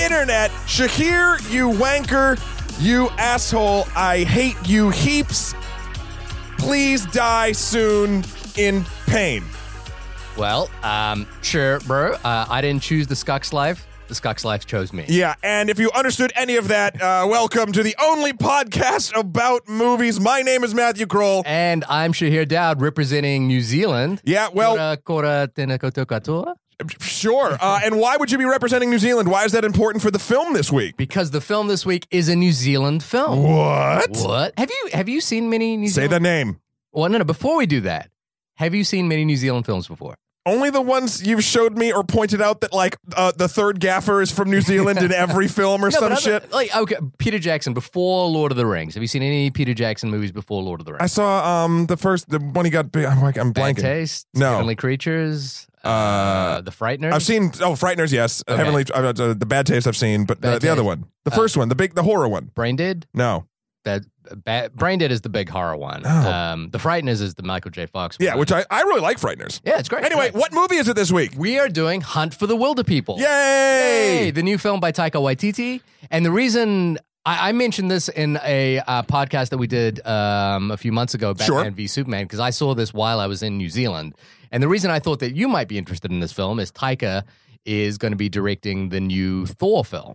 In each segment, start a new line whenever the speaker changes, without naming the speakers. internet. Shahir, you wanker, you asshole. I hate you heaps. Please die soon in pain.
Well, um, sure, bro. Uh, I didn't choose the Skux Life. The Skux Life chose me.
Yeah, and if you understood any of that, uh, welcome to the only podcast about movies. My name is Matthew Kroll.
And I'm Shahir Dowd representing New Zealand.
Yeah, well,
Kora, kora tena koutou katoa.
sure. Uh, and why would you be representing New Zealand? Why is that important for the film this week?
Because the film this week is a New Zealand film.
What?
What? Have you have you seen many New
Say
Zealand
the name.
Well, no, no, before we do that, have you seen many New Zealand films before?
Only the ones you've showed me or pointed out that like uh, the third gaffer is from New Zealand in every film or
No,
some
but other-
shit.
Like okay, Peter Jackson before Lord of the Rings. Have you seen any Peter Jackson movies before Lord of the Rings?
I saw um the first the one he got big. I'm like I'm
Bad
blanking.
Taste,
No.
Heavenly Creatures, uh,
Uh,
The Frighteners.
I've seen oh Frighteners yes
Okay.
Heavenly uh, uh, the Bad Taste I've seen but
Bad
uh, the other
Taste.
one the
Uh,
first one the big the horror one
Brain Dead.
no
That ba- Brain Dead is the big horror one.
Oh.
Um, the Frighteners is the Michael J. Fox.
yeah
one.
which I I really like Frighteners
yeah, it's great.
anyway
Great.
what movie is it this week
we are doing Hunt for the Wilder People. Yay!
Yay
The new film by Taika Waititi. And the reason I, I mentioned this in a uh, podcast that we did um, a few months ago, Batman
Sure.
v Superman, because I saw this while I was in New Zealand. And the reason I thought that you might be interested in this film is Taika is going to be directing the new Thor film,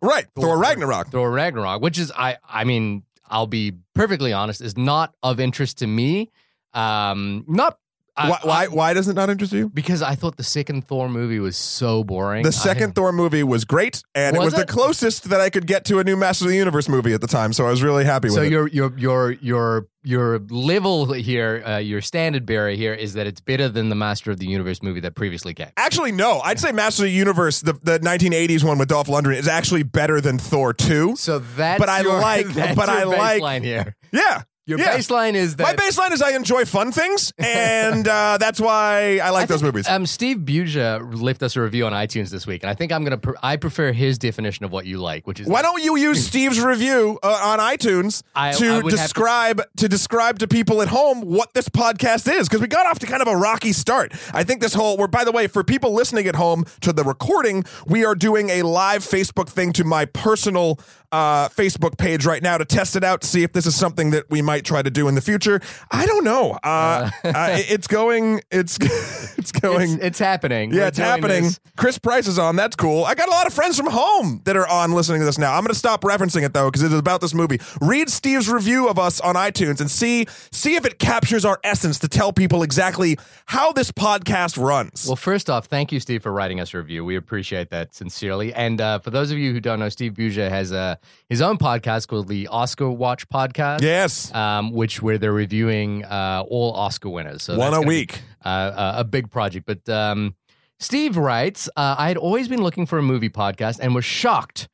right Thor Ragnarok
Thor Ragnarok, which is I I mean I'll be perfectly honest is not of interest to me. Um, not I-
why, why
I-
why does it not interest you
because I thought the second Thor movie was so boring.
the
I-
second Thor movie was great and it
Was
was the
it?
closest that I could get to a new Master of the Universe movie at the time so I was really happy with
so
it
your your your your your level here, uh, your standard bearer here is that it's better than the Master of the Universe movie that previously came.
Actually, no. I'd say Master of the Universe, the, the 1980s one with Dolph Lundgren, is actually better than Thor 2.
So that's
But I
your-
like-
that's
but
your
I like-
baseline here.
Yeah.
Your
yeah.
baseline is
My
that
baseline is I enjoy fun things, and uh, that's why I like
I
those
think,
movies.
Um, Steve Buja left us a review on iTunes this week, and I think I'm gonna. Pre- I prefer his definition of what you like, which is
why don't you use Steve's review uh, on iTunes
I- I
to
would have to-
describe to-, describe to people at home what this podcast is? Because we got off to kind of a rocky start. I think this whole. We're by the way, for people listening at home to the recording, we are doing a live Facebook thing to my personal uh, Facebook page right now to test it out to see if this is something that we might try to do in the future. I don't know. Uh, uh, it- it's going. It's it's going.
It's, it's happening.
Yeah,
We're
it's
doing
happening.
this.
Chris Price is on. That's cool. I got a lot of friends from home that are on listening to this now. I'm going to stop referencing it though because it is about this movie. Read Steve's review of us on iTunes and see see if it captures our essence to tell people exactly how this podcast runs.
Well, first off, thank you, Steve, for writing us a review. We appreciate that sincerely. And uh, for those of you who don't know, Steve Buja has uh, his own podcast called the Oscar Watch Podcast.
yes,
Um, which where they're reviewing uh, all Oscar winners. So
one
that's
a
gonna be,
week.
uh, uh, a big project. But um, Steve writes, uh, I had always been looking for a movie podcast and was shocked,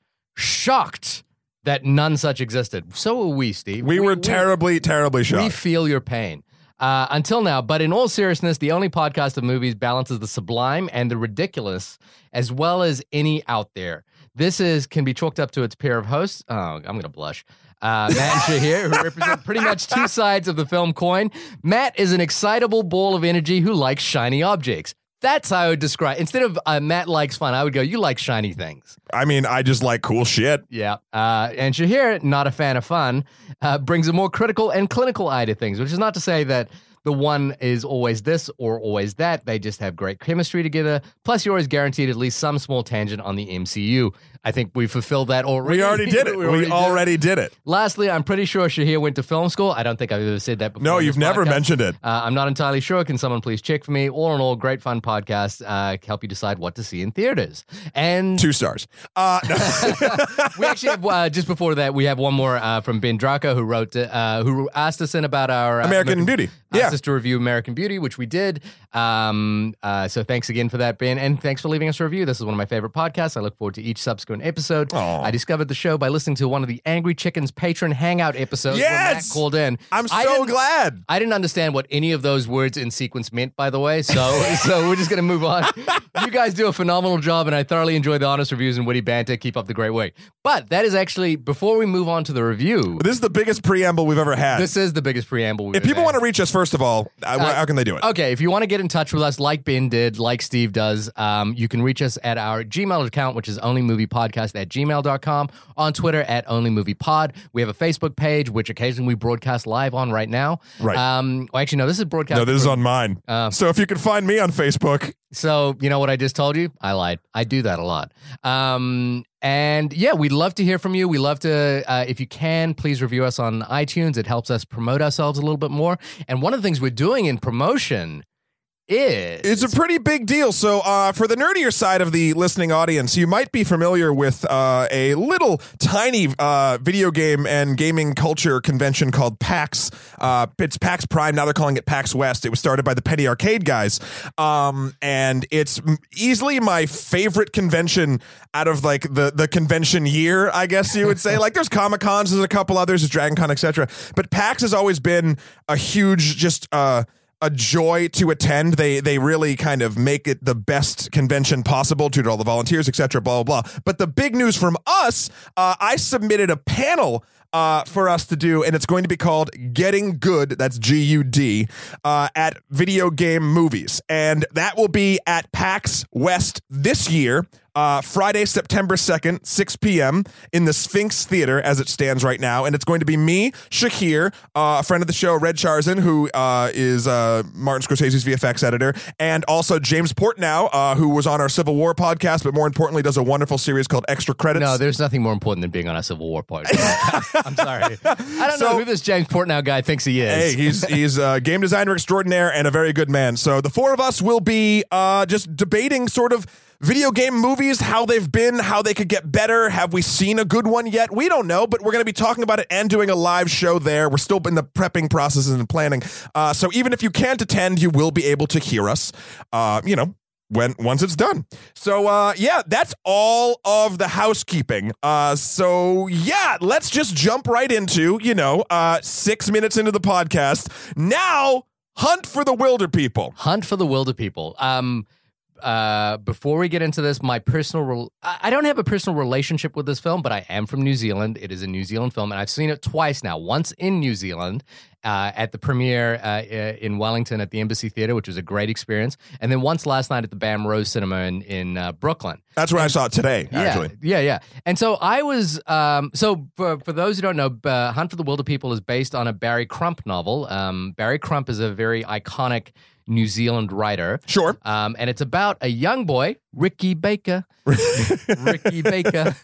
shocked that none such existed. So were we, Steve.
we, were terribly, terribly
We
shocked.
feel your pain. Uh, until now, but in all seriousness, the only podcast of movies balances the sublime and the ridiculous as well as any out there. This is can be chalked up to its pair of hosts. Oh, I'm going to blush. Uh, Matt and Shahir, who represent pretty much two sides of the film coin. Matt is an excitable ball of energy who likes shiny objects. That's how I would describe. Instead of uh, Matt likes fun, I would go, you like shiny things.
I mean, I just like cool shit.
Yeah. Uh, and Shahir, not a fan of fun, uh, brings a more critical and clinical eye to things, which is not to say that the one is always this or always that. They just have great chemistry together. Plus, you're always guaranteed at least some small tangent on the MCU. I think we fulfilled that already.
We already did it. we already, did it.
Lastly, I'm pretty sure Shahir went to film school. I don't think I've ever said that before.
No,
on
you've
this
never
podcast.
mentioned it.
Uh, I'm not entirely sure. Can someone please check for me? All in all, great fun podcast. Uh, help you decide what to see in theaters. And
Two stars. Uh,
we actually have uh, just before that we have one more uh, from Ben Draco who wrote uh, who asked us in about our uh,
American Beauty.
asked
Yeah.
us to review American Beauty, which we did. Um, uh, so thanks again for that, Ben, and thanks for leaving us a review. This is one of my favorite podcasts. I look forward to each subsequent episode.
Aw.
I discovered the show by listening to one of the Angry Chickens patron hangout episodes. where Matt
Yes!
called in.
I'm
I
so
didn't-
glad.
I didn't understand what any of those words in sequence meant, by the way. So, so we're just going to move on. You guys do a phenomenal job, and I thoroughly enjoy the honest reviews and witty banter. Keep up the great work. But that is actually before we move on to the review.
This is the biggest preamble we've ever had.
This is the biggest preamble. We've
If people
ever
want to reach us, first of of all, I-
Uh,
how can they do it?
Okay, if you want to get in touch with us, like Ben did, like Steve does, um, you can reach us at our Gmail account, which is onlymoviepodcast at gmail.com, on Twitter at onlymoviepod. We have a Facebook page, which occasionally we broadcast live on right now.
Right.
Um, well, actually, no, this is broadcast.
no, this is on mine.
Uh,
so if you can find me on Facebook,
So, you know what I just told you? I lied. I do that a lot. Um, and yeah, we'd love to hear from you. We love to, uh, if you can, please review us on iTunes. It helps us promote ourselves a little bit more. And one of the things we're doing in promotion is
It's a pretty big deal. So, uh, for the nerdier side of the listening audience, you might be familiar with uh, a little tiny uh, video game and gaming culture convention called PAX. Uh, it's PAX Prime. Now they're calling it PAX West. It was started by the Penny Arcade guys. Um, and it's m- easily my favorite convention out of like the, the convention year, I guess you would say. like, there's Comic Cons, there's a couple others, there's Dragon Con, etc. But PAX has always been a huge, just. Uh, a joy to attend. They they really kind of make it the best convention possible due to all the volunteers, etc. Blah blah blah. But the big news from us, uh, I submitted a panel. Uh, for us to do, and it's going to be called Getting Good, that's G U D, uh, at video game movies. And that will be at PAX West this year, uh, Friday, September 2nd, 6 p.m. in the Sphinx Theater as it stands right now. And it's going to be me, Shakir, uh, a friend of the show, Red Charzan, who uh, is uh, Martin Scorsese's VFX editor, and also James Portnow, uh, who was on our Civil War podcast, but more importantly, does a wonderful series called Extra Credits.
No, there's nothing more important than being on a Civil War party. I'm sorry. I don't
So-
know who this James Portnow guy thinks he
Hey,
is.
he's he's a game designer extraordinaire and a very good man. So the four of us will be uh, just debating sort of video game movies, how they've been, how they could get better. Have we seen a good one yet? We don't know, but we're going to be talking about it and doing a live show there. We're still in the prepping process and planning. Uh, so even if you can't attend, you will be able to hear us. Uh, you know, when once it's done. So uh yeah, that's all of the housekeeping. Uh so yeah, let's just jump right into, you know, uh 6 minutes into the podcast. Now, hunt for the wilder people.
Hunt for the Wilder People. Um, uh, before we get into this, my personal, rel- I I don't have a personal relationship with this film, but I am from New Zealand. It is a New Zealand film, and I've seen it twice now. Once in New Zealand uh, at the premiere uh, i- in Wellington at the Embassy Theater, which was a great experience, and then once last night at the Bam Rose Cinema in, in uh, Brooklyn.
That's where I saw it today,
Yeah,
actually.
Yeah, yeah. And so I was, um, so for, for those who don't know, uh, Hunt for the Wilder People is based on a Barry Crump novel. Um, Barry Crump is a very iconic New Zealand writer.
Sure.
Um, and it's about a young boy, Ricky Baker. Ricky Baker.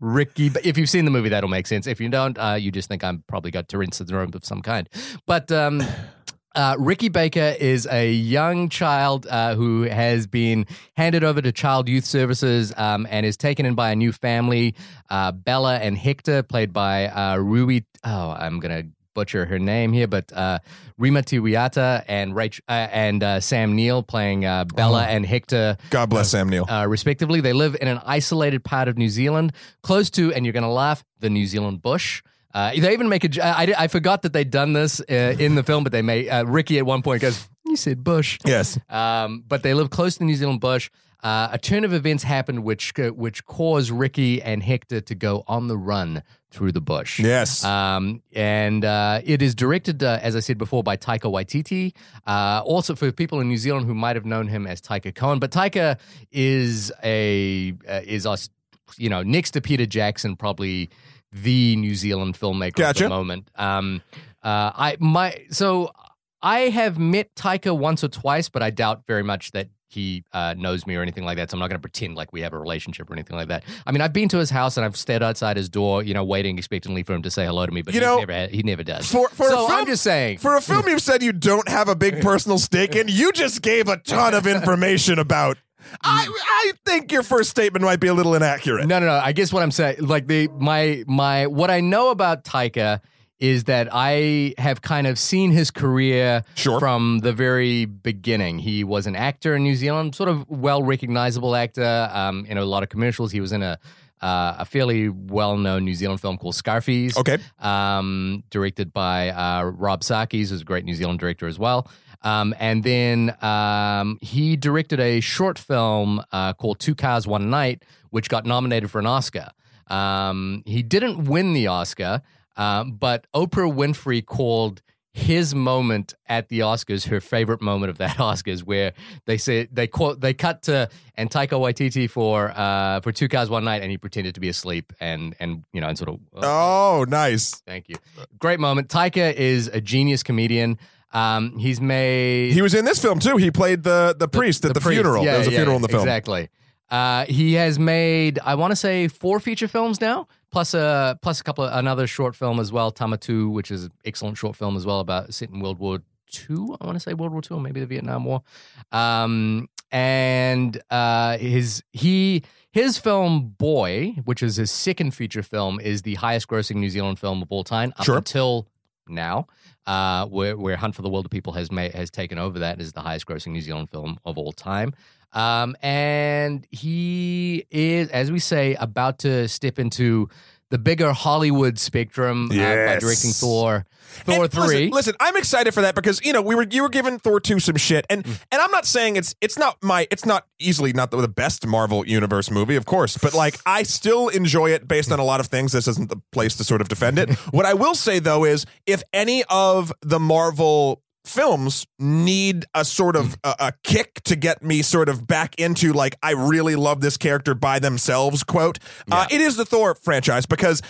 Ricky, Ba- if you've seen the movie, that'll make sense. If you don't, uh, you just think I'm probably got Tourette's syndrome of some kind. But um, uh, Ricky Baker is a young child uh, who has been handed over to Child Youth Services um, and is taken in by a new family, uh, Bella and Hector, played by uh, Rui. Oh, I'm gonna butcher her name here, but uh, Rima Tiwiata and Rach- uh, and uh, Sam Neill playing uh, Bella and Hector
God bless Sam Neill.
uh, respectively. They live in an isolated part of New Zealand, close to, and you're going to laugh, the New Zealand bush. Uh, they even make a. j- I, I- I forgot that they'd done this uh, in the film, but they made uh, Ricky at one point goes, "You said bush."
Yes.
Um, but they live close to the New Zealand bush. Uh, a turn of events happened, which uh, which caused Ricky and Hector to go on the run through the bush.
Yes.
Um, and uh, it is directed, uh, as I said before, by Taika Waititi. Uh, also, for people in New Zealand who might have known him as Taika Cohen, but Taika is a uh, is us, you know, next to Peter Jackson, probably the New Zealand filmmaker at
Gotcha.
the moment. Um, uh, I my so I have met Taika once or twice, but I doubt very much that he uh, knows me or anything like that. So I'm not going to pretend like we have a relationship or anything like that. I mean, I've been to his house and I've stared outside his door, you know, waiting expectantly for him to say hello to me, but
You
he's
know,
never, he never does.
for- for a
so
film-
I'm just saying.
for a film you've said you don't have a big personal stake in, you just gave a ton of information about. I I think your first statement might be a little inaccurate.
no, no, no. I guess what I'm saying, like the my my what I know about Taika is that I have kind of seen his career
Sure.
from the very beginning. He was an actor in New Zealand, sort of well recognizable actor. Um, in a lot of commercials, he was in a uh, a fairly well known New Zealand film called Scarface.
Okay.
um, directed by uh, Rob Sarkis, who's a great New Zealand director as well. Um, and then um, he directed a short film uh, called Two Cars One Night, which got nominated for an Oscar. Um, he didn't win the Oscar, um, but Oprah uh, Winfrey called his moment at the Oscars, her favorite moment of that Oscars, where they say they quote they cut to and Taika Waititi for uh for two cars one night, and he pretended to be asleep and and you know and sort of uh,
Oh, nice.
thank you, great moment. Taika is a genius comedian. Um, he's made
He was in this film too. He played the the priest at the,
priest.
funeral.
Yeah,
there was a
yeah,
funeral in the film.
Exactly. Uh, he has made, I want to say, four feature films now, plus a plus a couple of another short film as well, Tamatu, which is an excellent short film as well about set in World War Two. I want to say World War Two or maybe the Vietnam War. Um, and uh, his he his film Boy, which is his second feature film, is the highest grossing New Zealand film of all time up
Sure.
until now, uh, where, where Hunt for the Wilder People has made, has taken over that as the highest grossing New Zealand film of all time. Um, and he is, as we say, about to step into the bigger Hollywood spectrum uh, by
Yes.
directing Thor, Thor
And
three.
Listen, listen, I'm excited for that because you know we were you were giving Thor two some shit, and
Mm.
and I'm not saying it's it's not my it's not easily not the, the best Marvel universe movie, of course, but like I still enjoy it based on a lot of things. This isn't the place to sort of defend it. what I will say though is if any of the Marvel films need a sort of a, a kick to get me sort of back into like I really love this character by themselves quote uh, it is the Thor franchise because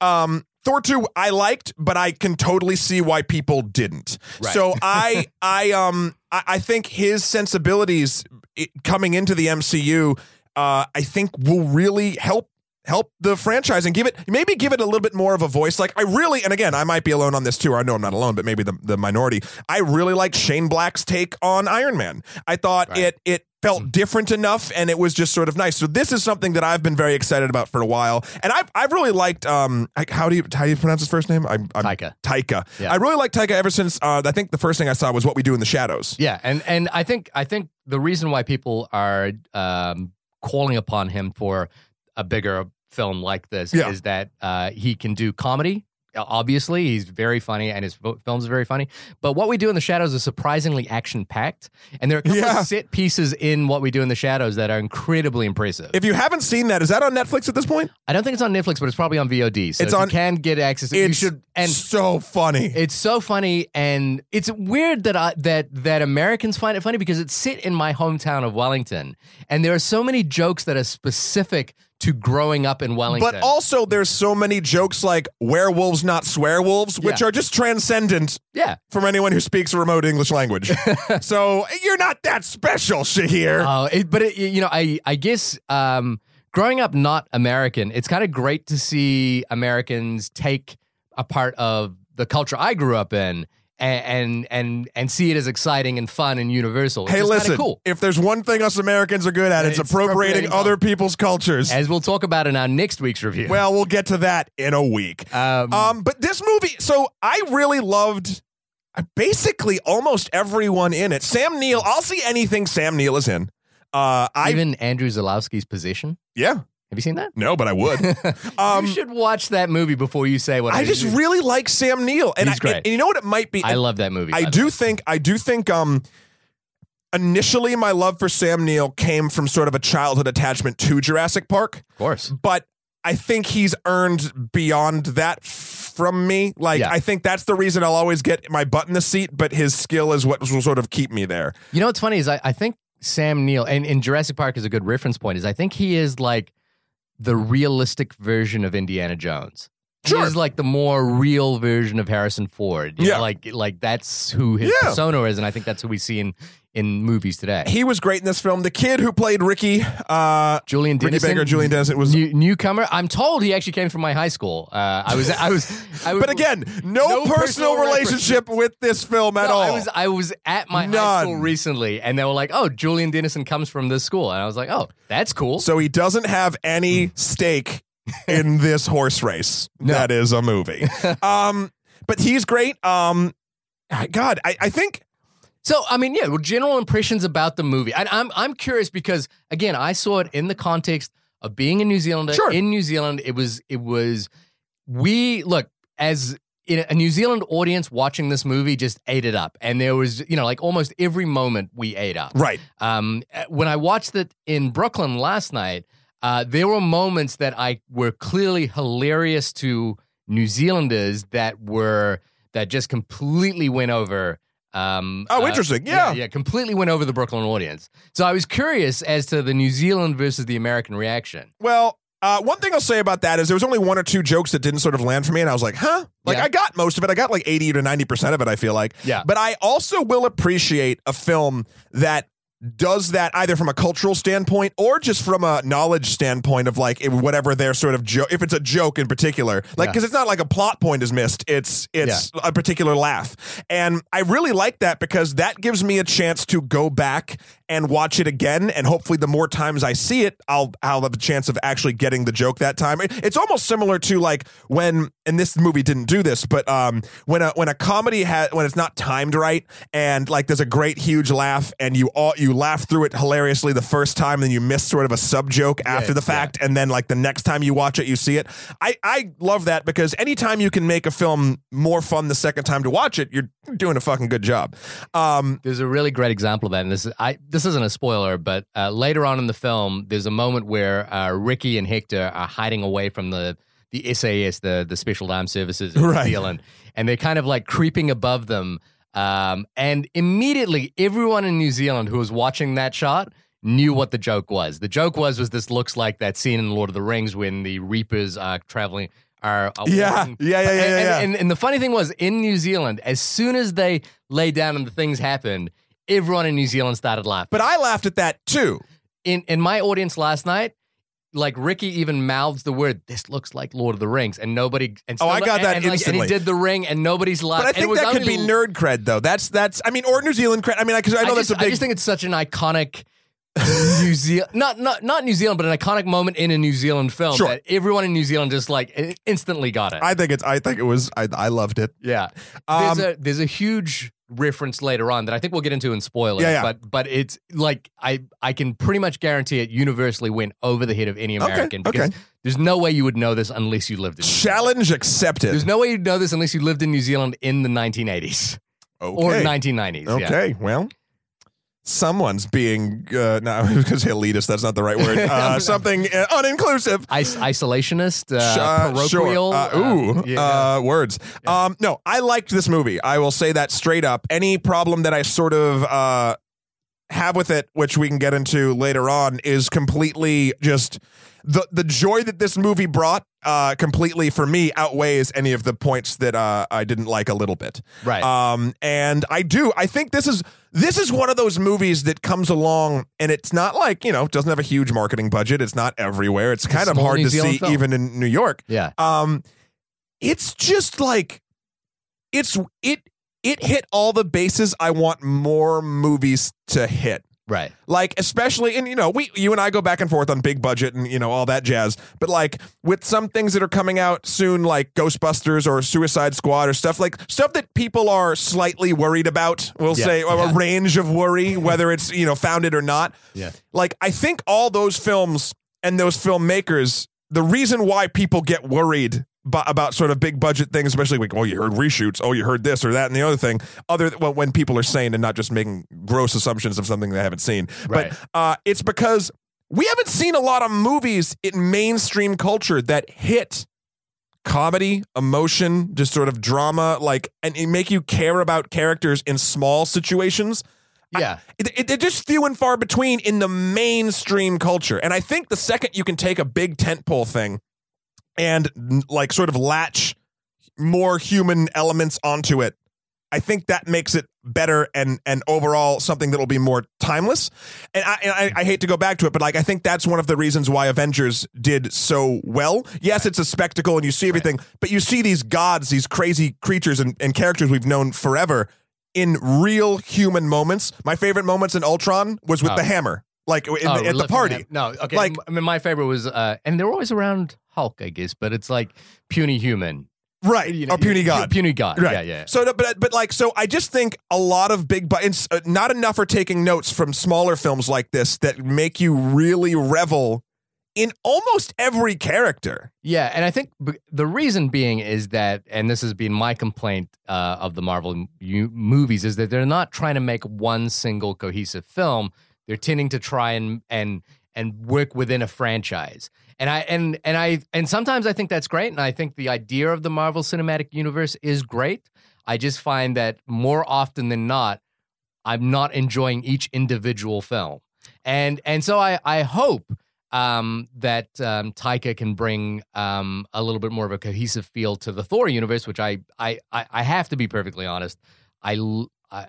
um Thor 2 I liked but I can totally see why people didn't
Right.
so I I um I, I think his sensibilities it, coming into the MCU uh I think will really help help the franchise and give it maybe give it a little bit more of a voice like i really and again i might be alone on this too or i know i'm not alone but maybe the, the minority i really liked shane black's take on iron man i thought
Right. Mm.
it it felt different enough and it was just sort of nice so this is something that i've been very excited about for a while and i've, I've really liked um I, how do you how do you pronounce his first name i'm, I'm
Taika.
taika
Yeah.
i really like taika ever since uh, i think the first thing i saw was what we do in the shadows
Yeah, and and I think I think the reason why people are um, calling upon him for a bigger film like this
Yeah.
is that uh, he can do comedy. Obviously, he's very funny, and his fo- films are very funny. But what we do in the shadows is surprisingly action packed, and there are a couple
Yeah.
of set pieces in what we do in the shadows that are incredibly impressive.
if you haven't seen that is that on netflix at this point
I don't think it's on Netflix, but it's probably on VOD. So
It's
if
on-
you can get access. to it, You
It's
should and
so funny
it's so funny, and it's weird that I that that Americans find it funny because it's set in my hometown of Wellington, and there are so many jokes that are specific to growing up in Wellington.
But also, there's so many jokes like werewolves, not swearwolves, which
Yeah.
are just transcendent
yeah.
from anyone who speaks a remote English language. so you're not that special, Shahir.
Oh, it, but it, you know, I I guess um, growing up not American, it's kind of great to see Americans take a part of the culture I grew up in. a- And and and see it as exciting and fun and universal. It's
hey,
just kinda
listen,
cool.
if there's one thing us Americans are good at, it's,
It's
appropriating,
appropriating
other people's cultures.
as we'll talk about in our next week's review.
well, we'll get to that in a week.
um,
Um, but this movie, so I really loved uh, basically almost everyone in it. Sam Neill, I'll see anything Sam Neill is in. Uh, I
even Andrew Zalowski's position.
yeah,
Have you seen that?
no, but I would. Um,
you should watch that movie before you say what I,
I just
do.
really like Sam Neill, and,
He's
I,
great.
and you know what it might be.
I love that movie.
I
by the
do
way.
think I do think um initially my love for Sam Neill came from sort of a childhood attachment to Jurassic Park,
of course.
but I think he's earned beyond that from me. Like
Yeah.
I think that's the reason I'll always get my butt in the seat, but his skill is what will sort of keep me there.
You know what's funny is I, I think Sam Neill and, and Jurassic Park is a good reference point. Is I think he is like the realistic version of Indiana Jones.
Sure.
He is like the more real version of Harrison Ford. You
Yeah.
know, like like that's who his
Yeah.
persona is, and I think that's who we see in in movies today.
He was great in this film. The kid who played Ricky, uh,
Julian
Brittany
Dennison,
Baker, Julian Dennison was.
new, newcomer. I'm told he actually came from my high school. Uh, I was I was I was
But again, no,
No
personal,
personal
relationship with this film at
No,
all.
I was I was at my high school
None.
recently, and they were like, "Oh, Julian Dennison comes from this school," and I was like, "Oh, that's cool."
So he doesn't have any stake in this horse race. That is a movie. um, but he's great. Um, God, I, I think
So, I mean, yeah, well, general impressions about the movie. And I'm I'm curious because again, I saw it in the context of being a New Zealander
Sure.
in New Zealand. It was it was we look as in a New Zealand audience watching this movie just ate it up, and there was you know like almost every moment we ate up.
right.
Um, uh, when I watched it in Brooklyn last night, uh, there were moments that I were clearly hilarious to New Zealanders that were that just completely went over. Um,
Oh,
uh,
interesting. Yeah.
yeah, completely went over the Brooklyn audience. So I was curious as to the New Zealand versus the American reaction.
Well, uh, one thing I'll say about that is there was only one or two jokes that didn't sort of land for me, and I was like, huh? Like,
Yeah.
I got most of it. I got like 80 to 90% of it, I feel like.
Yeah.
But I also will appreciate a film that does that either from a cultural standpoint or just from a knowledge standpoint of like if- whatever their sort of joke if it's a joke in particular like
Yeah.
because it's not like a plot point is missed it's it's a particular laugh and i really like that because that gives me a chance to go back and watch it again and hopefully the more times i see it i'll i'll have a chance of actually getting the joke that time It- it's almost similar to like when and this movie didn't do this but um when a when a comedy has when it's not timed right and like there's a great huge laugh and you all you laugh through it hilariously the first time then you miss sort of a sub joke after the
yeah.
fact fact, and then like the next time you watch it you see it i i love that because anytime you can make a film more fun the second time to watch it you're doing a fucking good job um
There's a really great example of that, and this is, I this isn't a spoiler, but uh, later on in the film, there's a moment where uh, Ricky and Hector are hiding away from the the SAS, the the Special Armed Services in
Right.
New Zealand, and they're kind of like creeping above them. Um, and immediately, everyone in New Zealand who was watching that shot knew what the joke was. The joke was was this looks like that scene in Lord of the Rings when the Reapers are traveling are, are
yeah
walking
yeah yeah yeah,
and,
yeah,
and-
yeah.
And, and the funny thing was, in New Zealand, as soon as they lay down and the things happened, everyone in New Zealand started laughing.
but i laughed at that too
in in my audience last night, like Ricky even mouths the word, "This looks like Lord of the Rings," and nobody. And
Oh, I got
and-
that
and, like,
instantly.
and he did the ring, Uh, and nobody's
but
laughing.
i think that could be nerd cred though that's that's i mean or new zealand cred i mean because i know
just,
that's a
I
big
just think it's such an iconic. New Zealand, not not not New Zealand, but an iconic moment in a New Zealand film
Sure.
that everyone in New Zealand just like in- instantly got it.
I think it's. I think it was. I, I loved it.
Yeah.
Um,
There's a there's a huge reference later on that I think we'll get into in spoilers,
Yeah, yeah.
but but it's like I I can pretty much guarantee it universally went over the head of any
Okay,
American because
okay.
there's no way you would know this unless you lived in New Zealand.
Challenge accepted.
There's no way you'd know this unless you lived in New Zealand in the 1980s
okay.
or 1990s. Yeah.
Okay, well, someone's being uh, no, I was going to say elitist. That's not the right word. Uh, something uh, uninclusive.
Is- isolationist, uh,
Sh- uh, sure.
parochial.
Uh,
uh,
ooh,
yeah.
uh, words. Um, no, I liked this movie. I will say that straight up. Any problem that I sort of uh, have with it, which we can get into later on, is completely just the the joy that this movie brought. Uh, completely for me outweighs any of the points that uh, I didn't like a little bit.
right.
Um, and I do. I think this is this is one of those movies that comes along, and it's not like you know doesn't have a huge marketing budget. It's not everywhere. It's kind of
small
hard
New
to
Zealand
see
film.
even in New York.
yeah.
Um, it's just like it's it it hit all the bases I want more movies to hit.
Right.
Like especially and you know we you and I go back and forth on big budget and you know all that jazz but like with some things that are coming out soon like Ghostbusters or Suicide Squad or stuff like stuff that people are slightly worried about we'll
Yeah.
say or
Yeah.
a range of worry whether it's you know founded or not
Yeah.
like I think all those films and those filmmakers, the reason why people get worried bu- about sort of big budget things, especially like, oh, you heard reshoots, oh, you heard this or that and the other thing, other th- well, when people are sane and not just making gross assumptions of something they haven't seen.
Right.
But uh, it's because we haven't seen a lot of movies in mainstream culture that hit comedy, emotion, just sort of drama, like, and, and make you care about characters in small situations
Yeah.
it, it, they're just few and far between in the mainstream culture. And I think the second you can take a big tentpole thing and n- like sort of latch more human elements onto it, I think that makes it better and and overall something that will be more timeless. And I, and I I hate to go back to it, but like I think that's one of the reasons why Avengers did so well. Yes, it's a spectacle and you see everything, but you see these gods, these crazy creatures and, and characters we've known forever in real human moments. My favorite moments in Ultron was with
Oh.
the hammer, like in
Oh,
the, at the
lifting
party.
him. No, okay.
Like-
Like, I mean, my favorite was, uh, and they're always around Hulk, I guess, but it's like puny human,
Right,
You
a Uh, puny
pu-
god.
puny god.
Right.
Yeah, yeah.
So, no, but but like, so I just think a lot of big, but it's uh, not enough are taking notes from smaller films like this that make you really revel in almost every character.
Yeah, and I think b- the reason being is that, and this has been my complaint uh, of the Marvel m- u- movies, is that they're not trying to make one single cohesive film. They're tending to try and and and work within a franchise. And I and and I and sometimes I think that's great, and I think the idea of the Marvel Cinematic Universe is great. I just find that more often than not, I'm not enjoying each individual film, and and so I I hope um, that um, Taika can bring um, a little bit more of a cohesive feel to the Thor universe, which I I I, I have to be perfectly honest, I, l- I-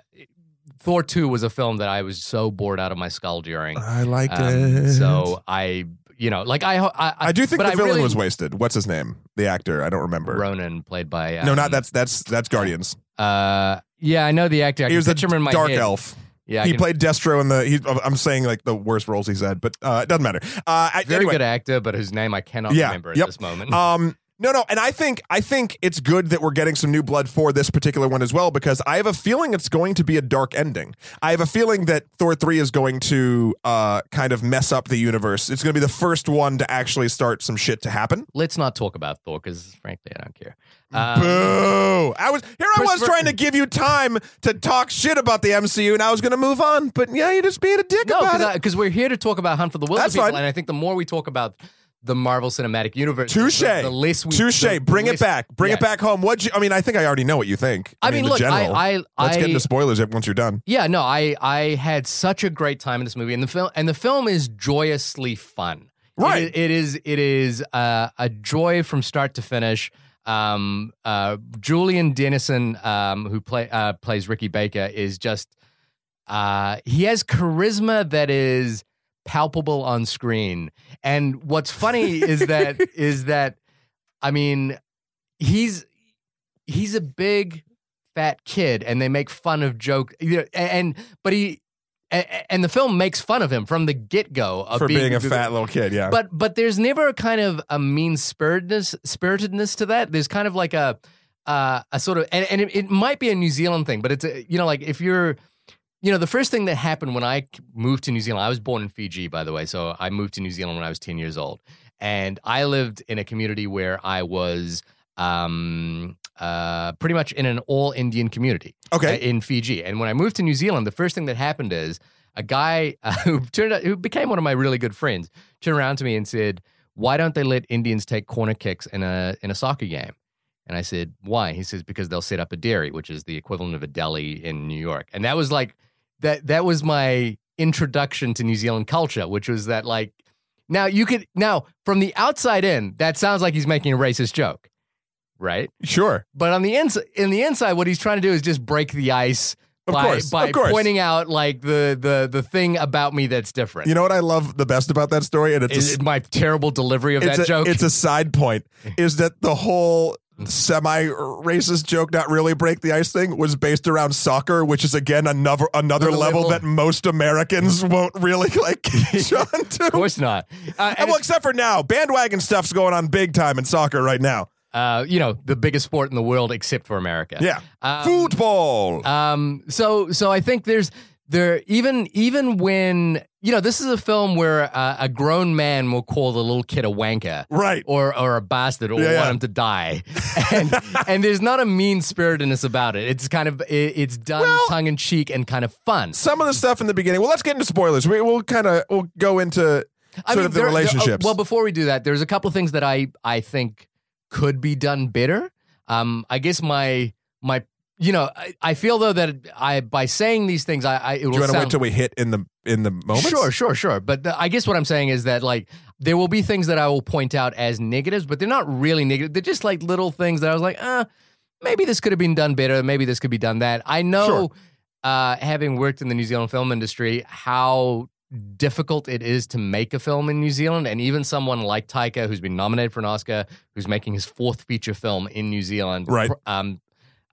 Thor two was a film that I was so bored out of my skull during.
I like
Um,
it.
so I you know like I ho- I,
I do think
but
the
I
villain
really-
was wasted. What's his name? The actor. I don't remember.
Ronan played by
no,
um,
not that's that's that's Guardians.
Uh, yeah, I know the actor. I
He
can
was a
picture him in my
dark
head.
elf.
Yeah, I
he
can-
played Destro in the. He, I'm saying like the worst roles he's had, but uh, it doesn't matter. Uh, I,
very
anyway,
good actor, but whose name I cannot
Yeah,
remember at
yep.
this moment.
Um, no, no, and I think I think it's good that we're getting some new blood for this particular one as well because I have a feeling it's going to be a dark ending. I have a feeling that Thor three is going to uh, kind of mess up the universe. It's going to be the first one to actually start some shit to happen.
Let's not talk about Thor because, frankly, I don't care. Um,
Boo! I was here. I was
Christopher-
trying to give you time to talk shit about the MCU, and I was going to move on, but yeah, you're just being a dick about
no,
it.
because we're here to talk about Hunt for the Wilder
That's
People,
fine.
and I think the more we talk about the Marvel Cinematic Universe, the-
Touche.
The, less we the-
Touche. Bring
the
it
less-
back. Bring
yeah.
it back home. What? I mean, I think I already know what you think.
I mean,
the
look, I,
general.
I,
Let's
I,
get into spoilers if- once you're done.
yeah, no, I, I had such a great time in this movie, and the film, and the film is joyously fun.
Right.
It, it is. It is uh, a joy from start to finish. Um, uh, Julian Dennison, um, who play uh, plays Ricky Baker, is just. Uh, he has charisma that is palpable on screen, and what's funny is that is that, I mean, he's he's a big fat kid, and they make fun of joke. you know, And but he. a- And the film makes fun of him from the get go of
for being, a fat little kid. Yeah,
but but there's never a kind of a mean spiritedness spiritedness to that. There's kind of like a uh, a sort of and, and it, it might be a New Zealand thing, but it's a, you know like if you're you know the first thing that happened when I moved to New Zealand, I was born in Fiji by the way, so I moved to New Zealand when I was ten years old, and I lived in a community where I was um uh pretty much in an all Indian community
okay.
uh, in Fiji. And when I moved to New Zealand, the first thing that happened is a guy uh, who turned out, who became one of my really good friends turned around to me and said, "Why don't they let Indians take corner kicks in a in a soccer game?" And I said, "Why?" He says, "Because they'll set up a dairy, which is the equivalent of a deli in New York." And that was like that that was my introduction to New Zealand culture, which was that like now you could now from the outside in, that sounds like he's making a racist joke. Right?
sure.
But on the inside, in the inside, what he's trying to do is just break the ice
Of
by,
course.
by
of course.
pointing out like the the the thing about me that's different.
you know what I love the best about that story, and it's
is
a,
it my terrible delivery of
it's,
that
a
joke?
it's a side point, is that the whole semi-racist joke, not really break the ice thing, was based around soccer, which is again another another
Another
level
level.
that most Americans won't really like catch on to.
of course not. Uh, and
well,
it's,
except for now, bandwagon stuff's going on big time in soccer right now.
uh, you know, the biggest sport in the world except for America.
Yeah,
Um,
football.
Um, so so I think there's there even even when you know this is a film where uh, a grown man will call the little kid a wanker.
right.
Or, or a bastard, or
Yeah,
want
yeah.
him to die, and, and there's not a mean spiritedness about it. It's kind of it, it's done
Well-
tongue in cheek and kind of fun.
Some of the stuff in the beginning. Well, let's get into spoilers. We, we'll kind of we'll go into sort of the
there- there-
relationships.
well, before we do that, there's a couple of things that I I think could be done better. Um, I guess my my you know I, I feel though that I by saying these things I, I it will
Do you want to
sound
wait till we hit in the in the moment?
Sure, sure, sure. But the, I guess what I'm saying is that like there will be things that I will point out as negatives, but they're not really negative. They're just like little things that I was like, uh, maybe this could have been done better. Maybe this could be done that. I know,
Sure.
uh, having worked in the New Zealand film industry, how difficult it is to make a film in New Zealand, and even someone like Taika, who's been nominated for an Oscar, who's making his fourth feature film in New Zealand,
Right.
pr- Um,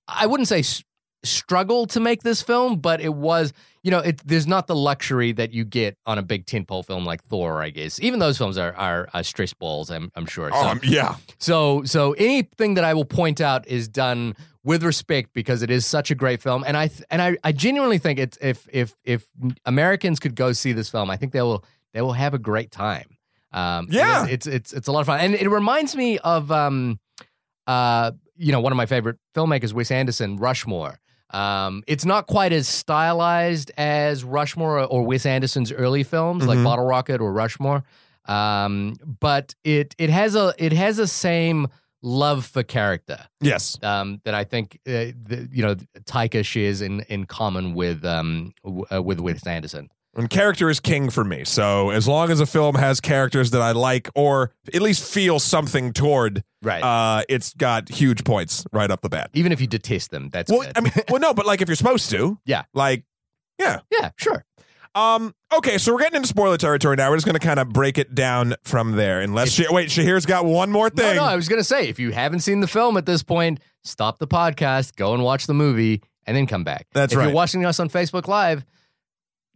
I wouldn't say s- struggle to make this film, but it was, you know, it, there's not the luxury that you get on a big tentpole film like Thor, I guess. Even those films are are uh, stress balls, I'm, I'm sure.
Oh,
So-
I'm- yeah.
so, so anything that I will point out is done with respect because it is such a great film, and I th- and I, I genuinely think it's if if if Americans could go see this film, I think they will they will have a great time. Um,
Yeah.
it is- it's it's it's a lot of fun, and it reminds me of um, uh, you know, one of my favorite filmmakers, Wes Anderson, Rushmore. Um, it's not quite as stylized as Rushmore or, or Wes Anderson's early films like
Mhm.
Bottle Rocket or Rushmore, um, but it it has a it has a same love for character
Yes.
um, that I think uh, the, you know Taika shares in in common with um w- uh, with Wes Anderson.
And character is king for me. So as long as a film has characters that I like or at least feel something toward,
Right.
uh, it's got huge points right up the bat.
Even if you detest them, that's
Well,
good.
I mean, well, no, but like if you're supposed to,
Yeah.
like,
yeah, sure.
um, okay, so we're getting into spoiler territory now. We're just gonna kind of break it down from there. Unless Sha- wait, Shahir's got one more
No,
thing.
no, I was gonna say if you haven't seen the film at this point, stop the podcast, go and watch the movie, and then come back.
That's
if
right.
You're watching us on Facebook Live.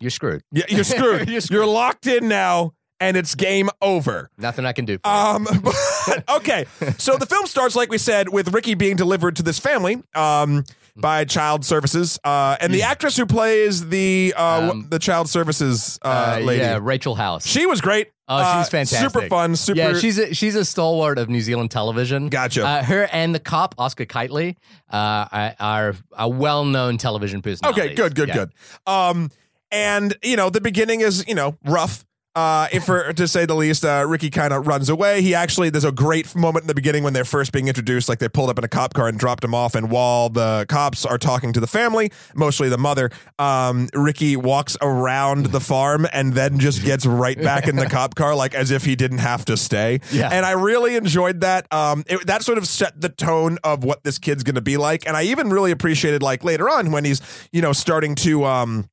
You're screwed.
Yeah, you're screwed.
You're
you're,
screwed.
locked in now, and it's game over.
Nothing I can do. For you.
Um, but- okay, so the film starts, like we said, with Ricky being delivered to this family um, by Child Services, uh, and the actress who plays the uh, w-
Mm. Um,
the Child Services uh,
Uh,
lady,
yeah, Rachel House.
she was great.
oh, she's
Uh,
fantastic.
Super fun. Super.
Yeah, she's a, she's a stalwart of New Zealand television.
gotcha.
Uh, her and the cop Oscar Keitley uh, are, are a well-known television personality.
Okay, good, good, good. Um, and you know, the beginning is you know rough. Uh, if for to say the least, uh, Ricky kind of runs away. He actually there's a great moment in the beginning when they're first being introduced, like they pulled up in a cop car and dropped him off. And while the cops are talking to the family, mostly the mother, um, Ricky walks around the farm and then just gets right back in the cop car, like as if he didn't have to stay.
Yeah.
And I really enjoyed that. Um, it, that sort of set the tone of what this kid's going to be like. And I even really appreciated like later on when he's, you know, starting to, um,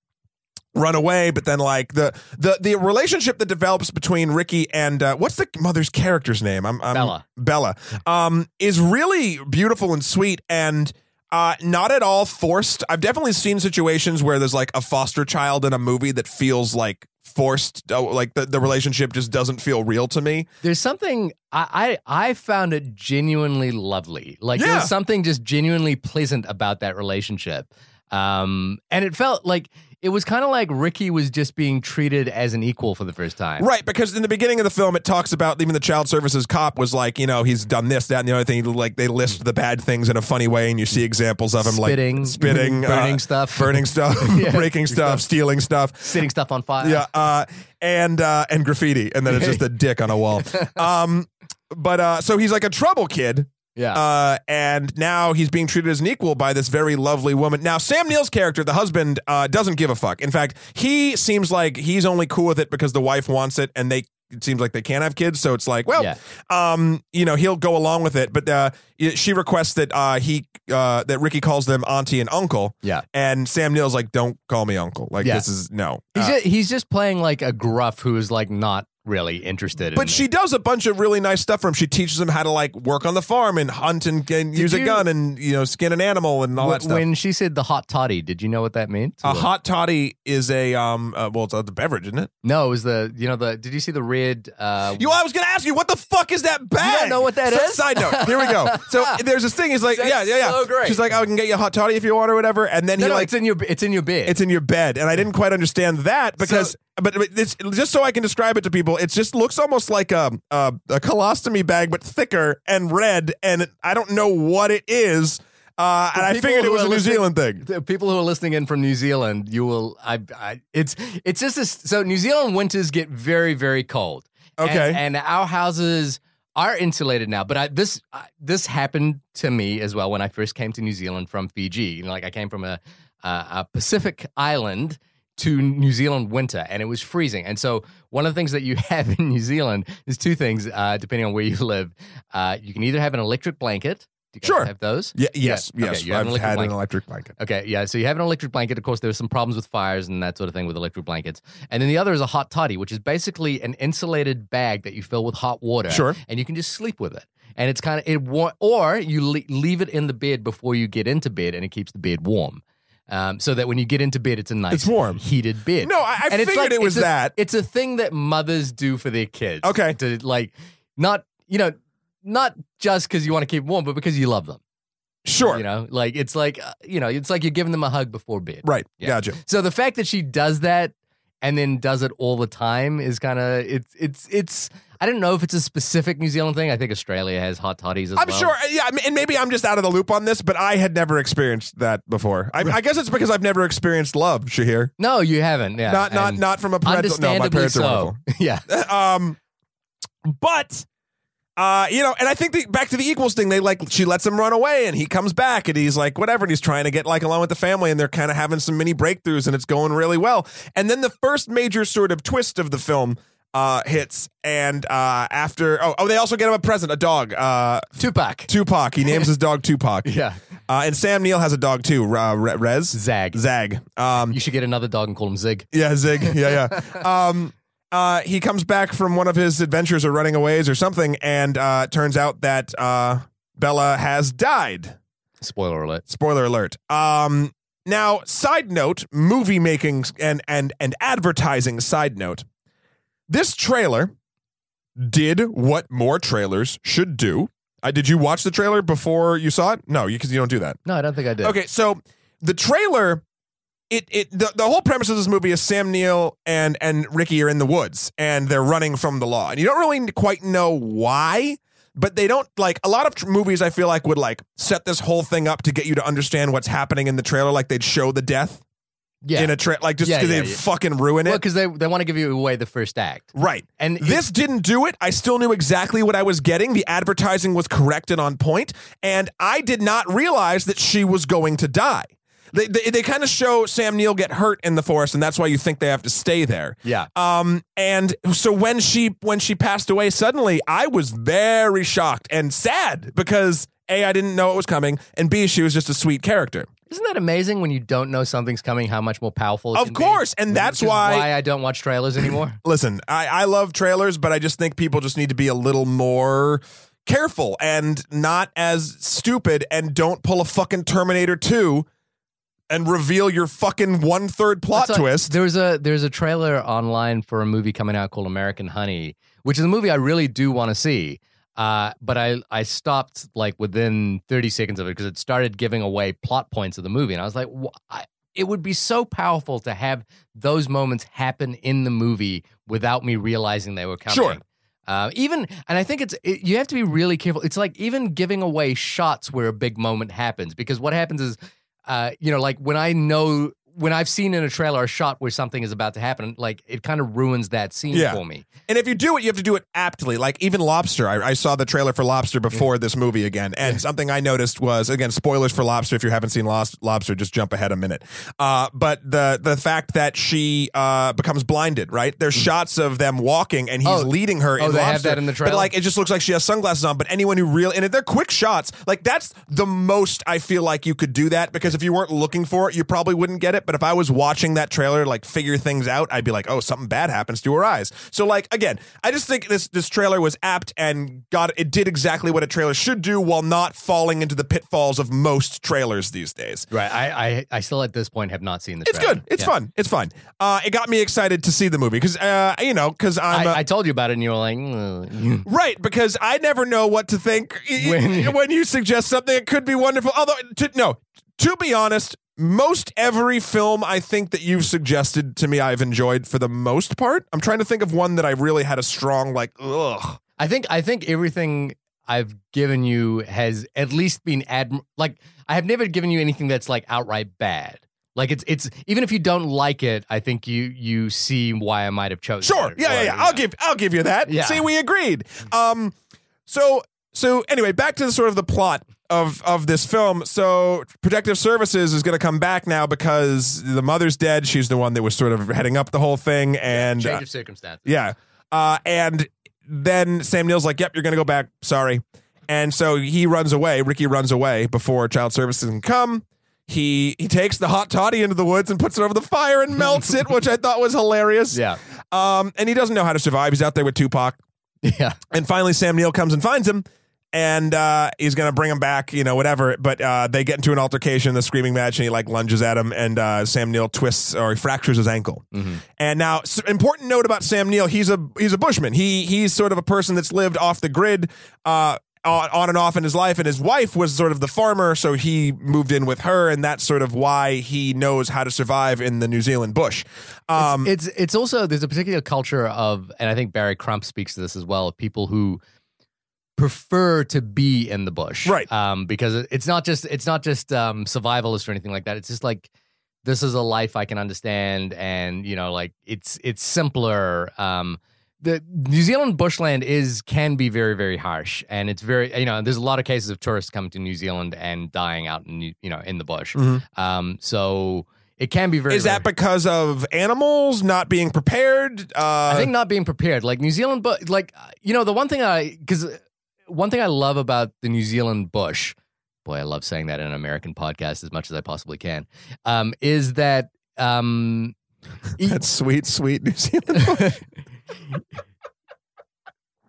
run away but then like the the the relationship that develops between Ricky and uh, what's the mother's character's name I'm, I'm
Bella.
Bella um is really beautiful and sweet and uh, not at all forced. I've definitely seen situations where there's like a foster child in a movie that feels like forced, oh, like the, the relationship just doesn't feel real to me.
There's something I, I I found it genuinely lovely. Like
Yeah.
there's something just genuinely pleasant about that relationship. Um, and it felt like it was kind of like Ricky was just being treated as an equal for the first time.
Right, because in the beginning of the film, it talks about even the child services cop was like, you know, he's done this, that, and the other thing. Like they list the bad things in a funny way, and you see examples of him
Mm. Spitting,
like spitting, uh,
burning stuff,
burning stuff,
Yeah.
breaking stuff, stealing stuff.
sitting stuff on fire.
Yeah, uh, and uh, and graffiti, and then it's just a dick on a wall. Um, but uh, so he's like a trouble kid,
yeah.
uh, and now he's being treated as an equal by this very lovely woman. Now, Sam Neill's character, the husband, uh, doesn't give a fuck. In fact, he seems like he's only cool with it because the wife wants it, and they it seems like they can't have kids. So it's like, well,
Yeah.
um, you know, he'll go along with it. But uh, she requests that uh, he uh, that Ricky calls them auntie and uncle.
Yeah.
and Sam Neill's like, don't call me uncle. Like
Yeah.
this is no.
he's
Uh,
just, he's just playing like a gruff who is like not really interested. in
But
it.
she does a bunch of really nice stuff for him. She teaches him how to like work on the farm and hunt and, and use
you-
a gun and you know skin an animal and all
Wh-
that stuff. Uh-huh.
When she said the hot toddy, did you know what that meant?
a hot toddy is a um uh, well it's a beverage, isn't it?
No, it was the you know the did you see the red uh
You I was gonna ask you what the fuck is that bag?
don't know what that
that is.
is?
Side note. Here we go. So there's this thing. He's like,
That's
yeah, yeah, yeah.
so great.
She's like, oh, I can get you a hot toddy if you want or whatever. And then
no,
he
no,
like
it's in your it's in your bed.
it's in your bed and i didn't quite understand that because but, but it's just so i can describe it to people it just looks almost like a, a, a colostomy bag but thicker and red and i don't know what it is uh, and i
people
figured it
who
was
are
a new
listening-
zealand thing
the people who are listening in from New Zealand, you will I, I it's it's just this so New Zealand winters get very very cold. And-
Okay.
And, our houses are insulated now, but I, this I, this happened to me as well when I first came to New Zealand from Fiji. You know, like I came from a uh, a Pacific island to New Zealand winter, and it was freezing. And so one of the things that you have in New Zealand is two things, uh, depending on where you live. Uh, you can either have an electric blanket. Do you guys
Sure.
have those?
yeah, yes
Yeah. Okay,
yes
you have
i've
an
had
electric
an electric blanket
Okay, yeah. So you have an electric blanket. Of course, there were some problems with fires and that sort of thing with electric blankets. And then the other is a hot toddy, which is basically an insulated bag that you fill with hot water.
Sure.
And you can just sleep with it. And it's kind of it wa- or you le- leave it in the bed before you get into bed, and it keeps the bed warm, um, so that when you get into bed, it's a nice,
It's warm.
heated bed.
no i, I
And it's
figured
like-
it was
it's a-
that
It's a thing that mothers do for their kids.
Okay.
To like, not you know, not just because you want to keep warm, but because you love them.
sure
You know, like it's like uh, you know, it's like you're giving them a hug before bed.
right
Yeah.
gotcha
So the fact that she does that and then does it all the time is kind of it's it's it's. I don't know if it's a specific New Zealand thing. I think Australia has hot toddies as
I'm
well.
sure, yeah, I mean, and maybe I'm just out of the loop on this, but I had never experienced that before. I, I guess it's because I've never experienced love, Shahir.
No, you haven't. Yeah,
not not
And
not from a parental. No, my
Understandably
parents are
so.
wonderful.
yeah.
um, but Uh, you know, and I think the, back to the equals thing, they like she lets him run away, and he comes back, and he's like whatever, and he's trying to get like along with the family, and they're kind of having some mini breakthroughs, and it's going really well. And then the first major sort of twist of the film uh, hits, and uh, after oh oh, they also get him a present, a dog, uh,
Tupac.
Tupac. He names his dog Tupac.
Yeah.
Uh, and Sam Neill has a dog too, uh, Re- Rez
Zag.
Zag. Um,
You should get another dog and call him Zig.
yeah, Zig. Yeah, yeah. Um, uh, he comes back from one of his adventures or running aways or something, and uh, turns out that uh, Bella has died.
Spoiler alert.
Spoiler alert. Um, now, side note, movie making and and and advertising. Side note, this trailer did what more trailers should do. Uh, did you watch the trailer before you saw it? No, because you don't do that.
No, I don't think I did.
Okay, so the trailer, it it the, the whole premise of this movie is Sam Neill and and Ricky are in the woods and they're running from the law, and you don't really quite know why. But they don't like a lot of tr- movies. I feel like would like set this whole thing up to get you to understand what's happening in the trailer. Like they'd show the death
Yeah.
in a trailer, like just
Yeah,
because
yeah,
they
yeah.
fucking ruin it.
well, because they, they want to give you away the first act.
right.
And it-
This didn't do it. I still knew exactly what I was getting. The advertising was correct and on point, and I did not realize that she was going to die. They, they, they kind of show Sam Neill get hurt in the forest, and that's why you think they have to stay there.
yeah.
Um, and so when she when she passed away suddenly, I was very shocked and sad because a I didn't know it was coming, and b she was just a sweet character.
Isn't that amazing when you don't know something's coming, how much more powerful it
Of
can
course,
be?
and that's
Which is
why-
I don't watch trailers anymore.
listen, I, I love trailers, but I just think people just need to be a little more careful and not as stupid and don't pull a fucking Terminator 2 and reveal your fucking one third plot
That's like-
twist.
There was a there's a trailer online for a movie coming out called American Honey, which is a movie I really do want to see. Uh, but I I stopped like within 30 seconds of it because it started giving away plot points of the movie, and I was like, "Wha- I, it would be so powerful to have those moments happen in the movie without me realizing they were coming.
Sure.
Uh, even and I think it's it, you have to be really careful. It's like even giving away shots where a big moment happens because what happens is, uh, you know, like when I know when I've seen in a trailer a shot where something is about to happen, like it kind of ruins that scene
Yeah.
for me.
And if you do it, you have to do it aptly. Like even Lobster, I, I saw the trailer for Lobster before this movie again, and something I noticed was again spoilers for Lobster. If you haven't seen Lost Lobster, just jump ahead a minute. Uh, but the the fact that she uh, becomes blinded, right? There's shots of them walking, and he's
Mm-hmm. Oh.
leading her.
Oh,
in
they have
Lobster,
that in the trailer?
But like, it just looks like she has sunglasses on. But anyone who real and if they're quick shots, like that's the most I feel like you could do that because if you weren't looking for it, you probably wouldn't get it. But if I was watching that trailer, to, like figure things out, I'd be like, oh, something bad happens to her eyes. So like again, I just think this this trailer was apt and got it did exactly what a trailer should do while not falling into the pitfalls of most trailers these days.
Right. I I, I still at this point have not seen the.
It's
trailer.
good. It's
Yeah.
fun. It's fun. Uh, it got me excited to see the movie because uh, you know because I'm a-
I, I told you about it, and you were like, "Mm."
Right, because I never know what to think when,
When-
when you suggest something. It could be wonderful. Although, to, no, to be honest, most every film I think that you've suggested to me, I've enjoyed for the most part. I'm trying to think of one that I really had a strong like. Ugh.
I think I think everything I've given you has at least been adm- like I have never given you anything that's like outright bad. Like it's it's even if you don't like it, I think you you see why I might have chosen.
Sure,
it.
yeah, yeah,
Or,
yeah.
you
I'll
know.
give, I'll give you that.
Yeah.
See, we agreed. Um, so, so anyway, back to the sort of the plot of of this film. So, Protective Services is going to come back now because the mother's dead. She's the one that was sort of heading up the whole thing, and uh,
change of circumstances.
Yeah. Uh, and then Sam Neill's like, yep, you're going to go back. Sorry. And so he runs away. Ricky runs away before child services can come. He he takes the hot toddy into the woods and puts it over the fire and melts it, which I thought was hilarious.
Yeah,
Um, and he doesn't know how to survive. He's out there with Tupac.
yeah.
And finally, Sam Neill comes and finds him, and uh, he's gonna bring him back, you know, whatever. But uh, they get into an altercation, the screaming match, and he like lunges at him, and uh, Sam Neill twists or he fractures his ankle. And now, s important note about Sam Neill: he's a he's a bushman. He he's sort of a person that's lived off the grid. Uh, on, on and off in his life, and his wife was sort of the farmer, so he moved in with her, and that's sort of why he knows how to survive in the New Zealand bush. Um,
it's it's also there's a particular culture of, and I think Barry Crump speaks to this as well. Of people who prefer to be in the bush,
Right.
Um, because it- it's not just it's not just um, survivalist or anything like that. It's just like this is a life I can understand, and you know, like it's it's simpler. Um, the New Zealand bushland is can be very very harsh, and it's very you know there's a lot of cases of tourists coming to New Zealand and dying out in you know in the bush.
Mhm.
Um, so it can be very.
Is that
very-
because of animals not being prepared? Uh,
I think not being prepared, like New Zealand, but like you know the one thing I because one thing I love about the New Zealand bush, boy, I love saying that in an American podcast as much as I possibly can, um, is that um,
that's sweet, sweet New Zealand.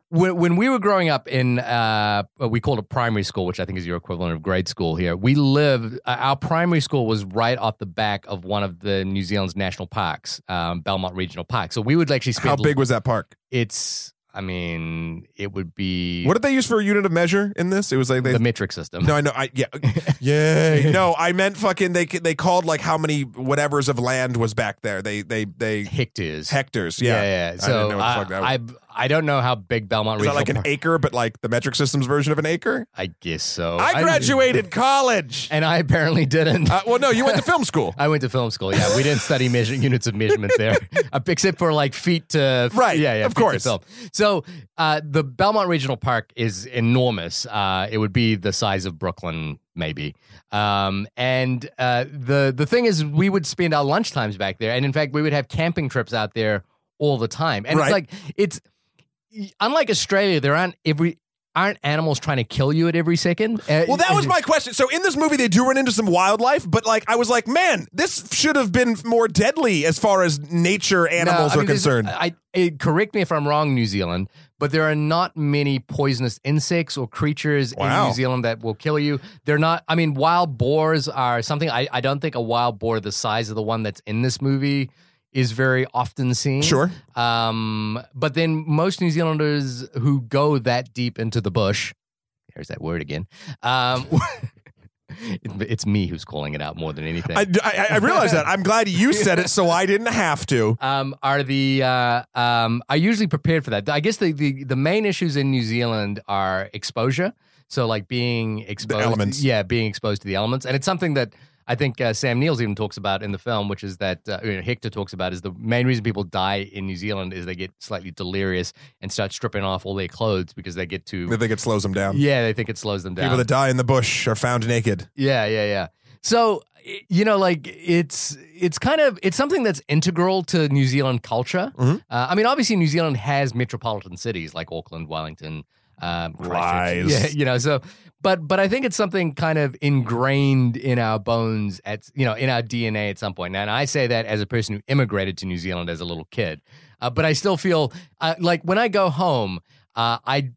when, when we were growing up in uh, what we called a primary school, which I think is your equivalent of grade school here, we lived. Uh, our primary school was right off the back of one of the New Zealand's national parks, um, Belmont Regional Park. So we would actually spend.
How big was that park?
It's. I mean, it would be
What did they use for a unit of measure in this? It was like they.
the metric system.
no, I know. I yeah, yay. No, I meant fucking. They they called like how many whatever's of land was back there. They they they
hectares.
hectares.
yeah,
Yeah,
yeah.
didn't
So
know what the fuck that
I, I, I don't know how big Belmont
is that
Regional
like an
Park.
acre, but like the metric system's version of an acre?
Oh, I guess so.
I graduated college.
and I apparently didn't.
Uh, well, no, you went to film school.
I went to film school. Yeah, we didn't study measure, units of measurement there, uh, except for like feet to
Right,
Yeah, yeah,
of
feet to
course.
film. So uh, the Belmont Regional Park is enormous. Uh, it would be the size of Brooklyn, maybe. Um, and uh, the the thing is, we would spend our lunch times back there, and in fact, we would have camping trips out there all the time. And
Right.
it's like it's unlike Australia, there aren't every aren't animals trying to kill you at every second. Uh,
Well, that was my question. So in this movie, they do run into some wildlife, but like I was like, man, this should have been more deadly as far as nature animals
No, I mean,
are
there's-
concerned.
I, I- correct me if I'm wrong, New Zealand, but there are not many poisonous insects or creatures in
Wow.
New Zealand that will kill you. They're not. I mean, wild boars are something. I, I don't think a wild boar the size of the one that's in this movie is very often seen.
Sure.
Um, but then most New Zealanders who go that deep into the bush, there's that word again. Um, it- it's me who's calling it out more than anything.
I, I, I realize that. I'm glad you said it, so I didn't have to.
um, are the uh, um, are usually prepared for that. I guess the, the the main issues in New Zealand are exposure. So like being exposed,
elements.
yeah, being exposed to the elements, and it's something that I think uh, Sam Neill's even talks about in the film, which is that uh, you know, Hector talks about is the main reason people die in New Zealand is they get slightly delirious and start stripping off all their clothes because they get
I
too.
think it slows them down.
Yeah, they think it slows them down.
People that die in the bush are found naked.
Yeah, yeah, yeah. So y- you know, like it's it's kind of it's something that's integral to New Zealand culture.
Mhm.
Uh, I mean, obviously, New Zealand has metropolitan cities like Auckland, Wellington, um, Christchurch.
Lies.
Yeah, you know. So, but but I think it's something kind of ingrained in our bones at you know in our DNA at some point. And I say that as a person who immigrated to New Zealand as a little kid, uh, but I still feel uh, like when I go home, uh, I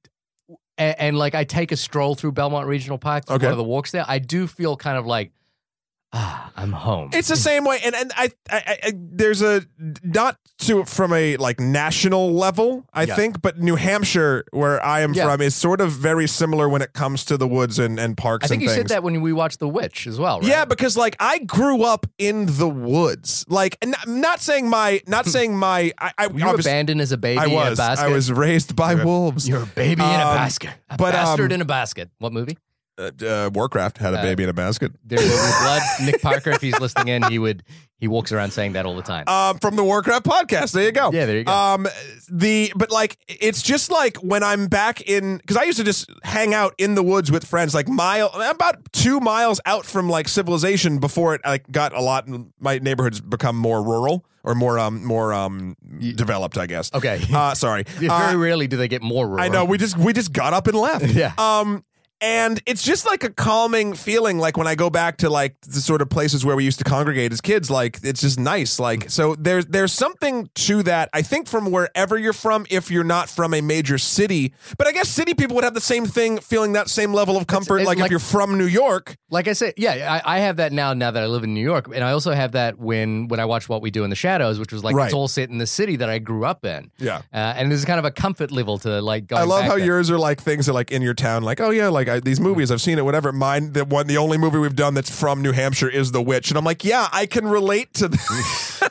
and, and like I take a stroll through Belmont Regional Park,
Okay.
one of the walks there, I do feel kind of like, ah, I'm home.
It's the same way, and and I, I, I- I there's a not to from a like national level, I
Yeah.
think, but New Hampshire, where I am
Yeah.
from, is sort of very similar when it comes to the woods and and parks.
I
and
think you
things.
said that when we watched The Witch as well, right?
Yeah, because like I grew up in the woods. Like, and I'm not saying my, not saying my. I, I
Were Hmm. you
obviously-
abandoned as a baby
I
in a
was,
basket?
I was raised by wolves.
You're a baby in a
Um,
basket. A
but, um,
bastard in a basket. What movie?
Uh, uh, Warcraft had a
Uh,
baby in a basket.
There Will Be Blood. Nick Parker, if he's listening in, he would he walks around saying that all the time.
Um, from the Warcraft podcast. There you go.
yeah, there you go.
Um, the but like it's just like when I'm back in because I used to just hang out in the woods with friends, like mile about two miles out from like civilization before it like got a lot. My neighborhoods become more rural or more um more um developed, I guess.
okay.
Uh, sorry.
Very
Uh,
rarely do they get more rural.
I know we just we just got up and left.
Yeah.
Um and it's just like a calming feeling like when I go back to like the sort of places where we used to congregate as kids like it's just nice like so there's there's something to that I think from wherever you're from if you're not from a major city but I guess city people would have the same thing feeling that same level of comfort
it's
like,
like-
if you're from New York
like I said, yeah, I, I have that now. Now that I live in New York, and I also have that when when I watch What We Do in the Shadows, which was like
Right.
it's all set in the city that I grew up in.
yeah
Uh, and there's kind of a comfort level to like going.
I love
back
how
there.
yours are like things that like in your town like oh yeah like I, these movies I've seen it whatever mine the one the only movie we've done that's from New Hampshire is The Witch and I'm like yeah I can relate to this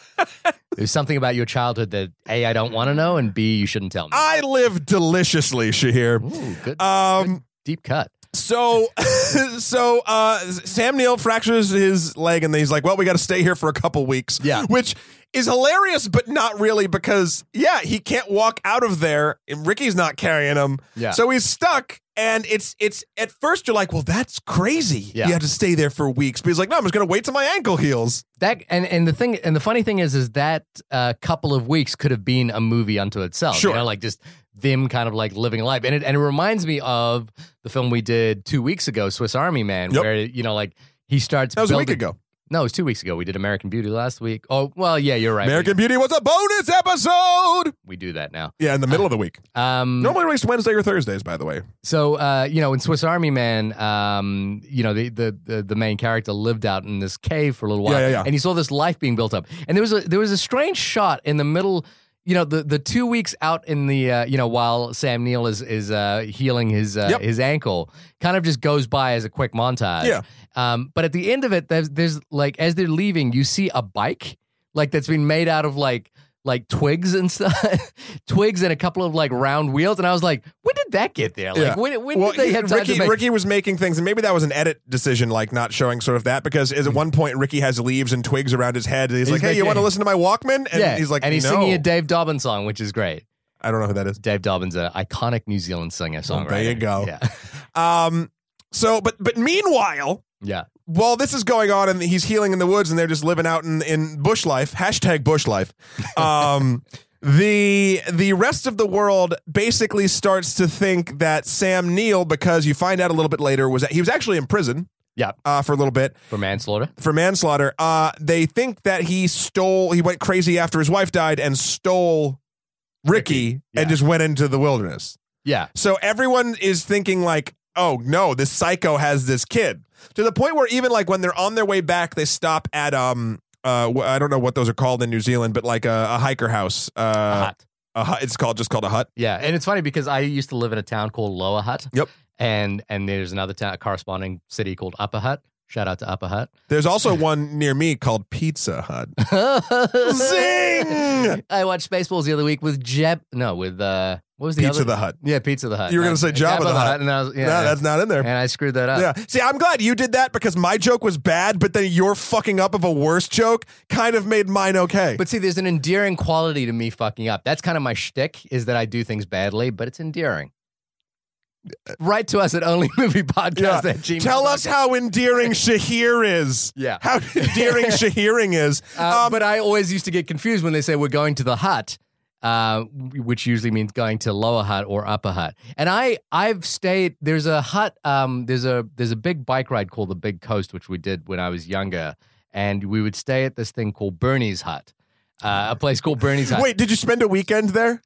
There's something about your childhood that a I don't want to know, and b you shouldn't tell me.
I live deliciously, Shahir.
Ooh, good
Um,
deep cut.
so, so uh, Sam Neill fractures his leg, and he's like, "Well, we got to stay here for a couple weeks."
Yeah.
which is hilarious, but not really because, yeah, he can't walk out of there. And Ricky's not carrying him.
Yeah.
So he's stuck. And it's, it's, at first you're like, well, that's crazy.
Yeah.
You have to stay there for weeks. But he's like, no, I'm just going to wait till my ankle heals.
That and, and the thing and the funny thing is is that uh, couple of weeks could have been a movie unto itself.
Sure.
You know, like just them kind of like living life. And it and it reminds me of the film we did two weeks ago, Swiss Army Man,
Yep.
where you know, like he starts
That was a week
building-
ago.
No, it was two weeks ago. We did American Beauty last week. Oh well, yeah, you're right.
American Beauty was a bonus episode.
we, we do that now.
Yeah, in the middle of the week.
Um
Normally released Wednesday or Thursdays, by the way.
So uh, you know, in Swiss Army Man, um, you know the, the the the main character lived out in this cave for a little while,
Yeah, yeah, yeah.
and he saw this life being built up. And there was a there was a strange shot in the middle. You know, the the two weeks out in the uh, you know while Sam Neill is is uh, healing his uh,
Yep.
his ankle, kind of just goes by as a quick montage.
Yeah.
Um, but at the end of it, there's there's like as they're leaving, you see a bike like that's been made out of like like twigs and stuff, twigs and a couple of like round wheels. And I was like, when did that get there? Like,
Yeah.
when, when
well,
did they have time
Ricky,
to make?
Ricky was making things, and maybe that was an edit decision, like not showing sort of that, because at one point Ricky has leaves and twigs around his head, and he's,
Mm. He's
like, "Hey, you
making-
want to listen to my Walkman?" And
yeah,
he's like,
and he's
no.
singing a Dave Dobbins song, which is great.
I don't know who that is.
Dave Dobbins, an iconic New Zealand singer songwriter.
Oh, there you go.
Yeah,
Um, so, but but meanwhile,
yeah,
while this is going on and he's healing in the woods and they're just living out in, in bush life hashtag bush life um, the the rest of the world basically starts to think that sam neill because you find out a little bit later was that he was actually in prison
Yeah.
uh, for a little bit
for manslaughter.
for manslaughter uh, they think that he stole he went crazy after his wife died and stole ricky,
Ricky, yeah.
and just went into the wilderness
Yeah,
so everyone is thinking like, oh no, this psycho has this kid. To the point where even like when they're on their way back, they stop at um uh wh- I don't know what those are called in New Zealand, but like a, a hiker house. Uh,
hot.
a hut. It's called just called a hut.
Yeah, and it's funny because I used to live in a town called Lower Hutt.
Yep.
And and there's another town, a corresponding city called Upper Hutt. Shout out to Upper Hutt.
There's also one near me called Pizza Hut.
Zing!
Zing!
I watched Spaceballs the other week with Jeb. No, with uh, what was the
Pizza
other?
the Hut.
yeah, Pizza the Hut.
You were
And
gonna
I-
say Jabba the Hutt.
and I was, yeah,
no, that's not in there.
and I screwed that up.
Yeah. See, I'm glad you did that because my joke was bad, but then your fucking up of a worse joke kind of made mine okay.
But see, there's an endearing quality to me fucking up. That's kind of my shtick is that I do things badly, but it's endearing. Write to us at onlymoviepodcast
Uh, Yeah.
at gmail.
Tell us how endearing Shahir is.
Yeah.
How endearing Shahiring is.
Uh,
Um,
but I always used to get confused when they say we're going to the hut, uh, which usually means going to lower hut or upper hut. And I I've stayed there's a hut um there's a there's a big bike ride called the Big Coast which we did when I was younger, and we would stay at this thing called Bernie's Hut, uh, a place called Bernie's Hut.
Wait, did you spend a weekend there?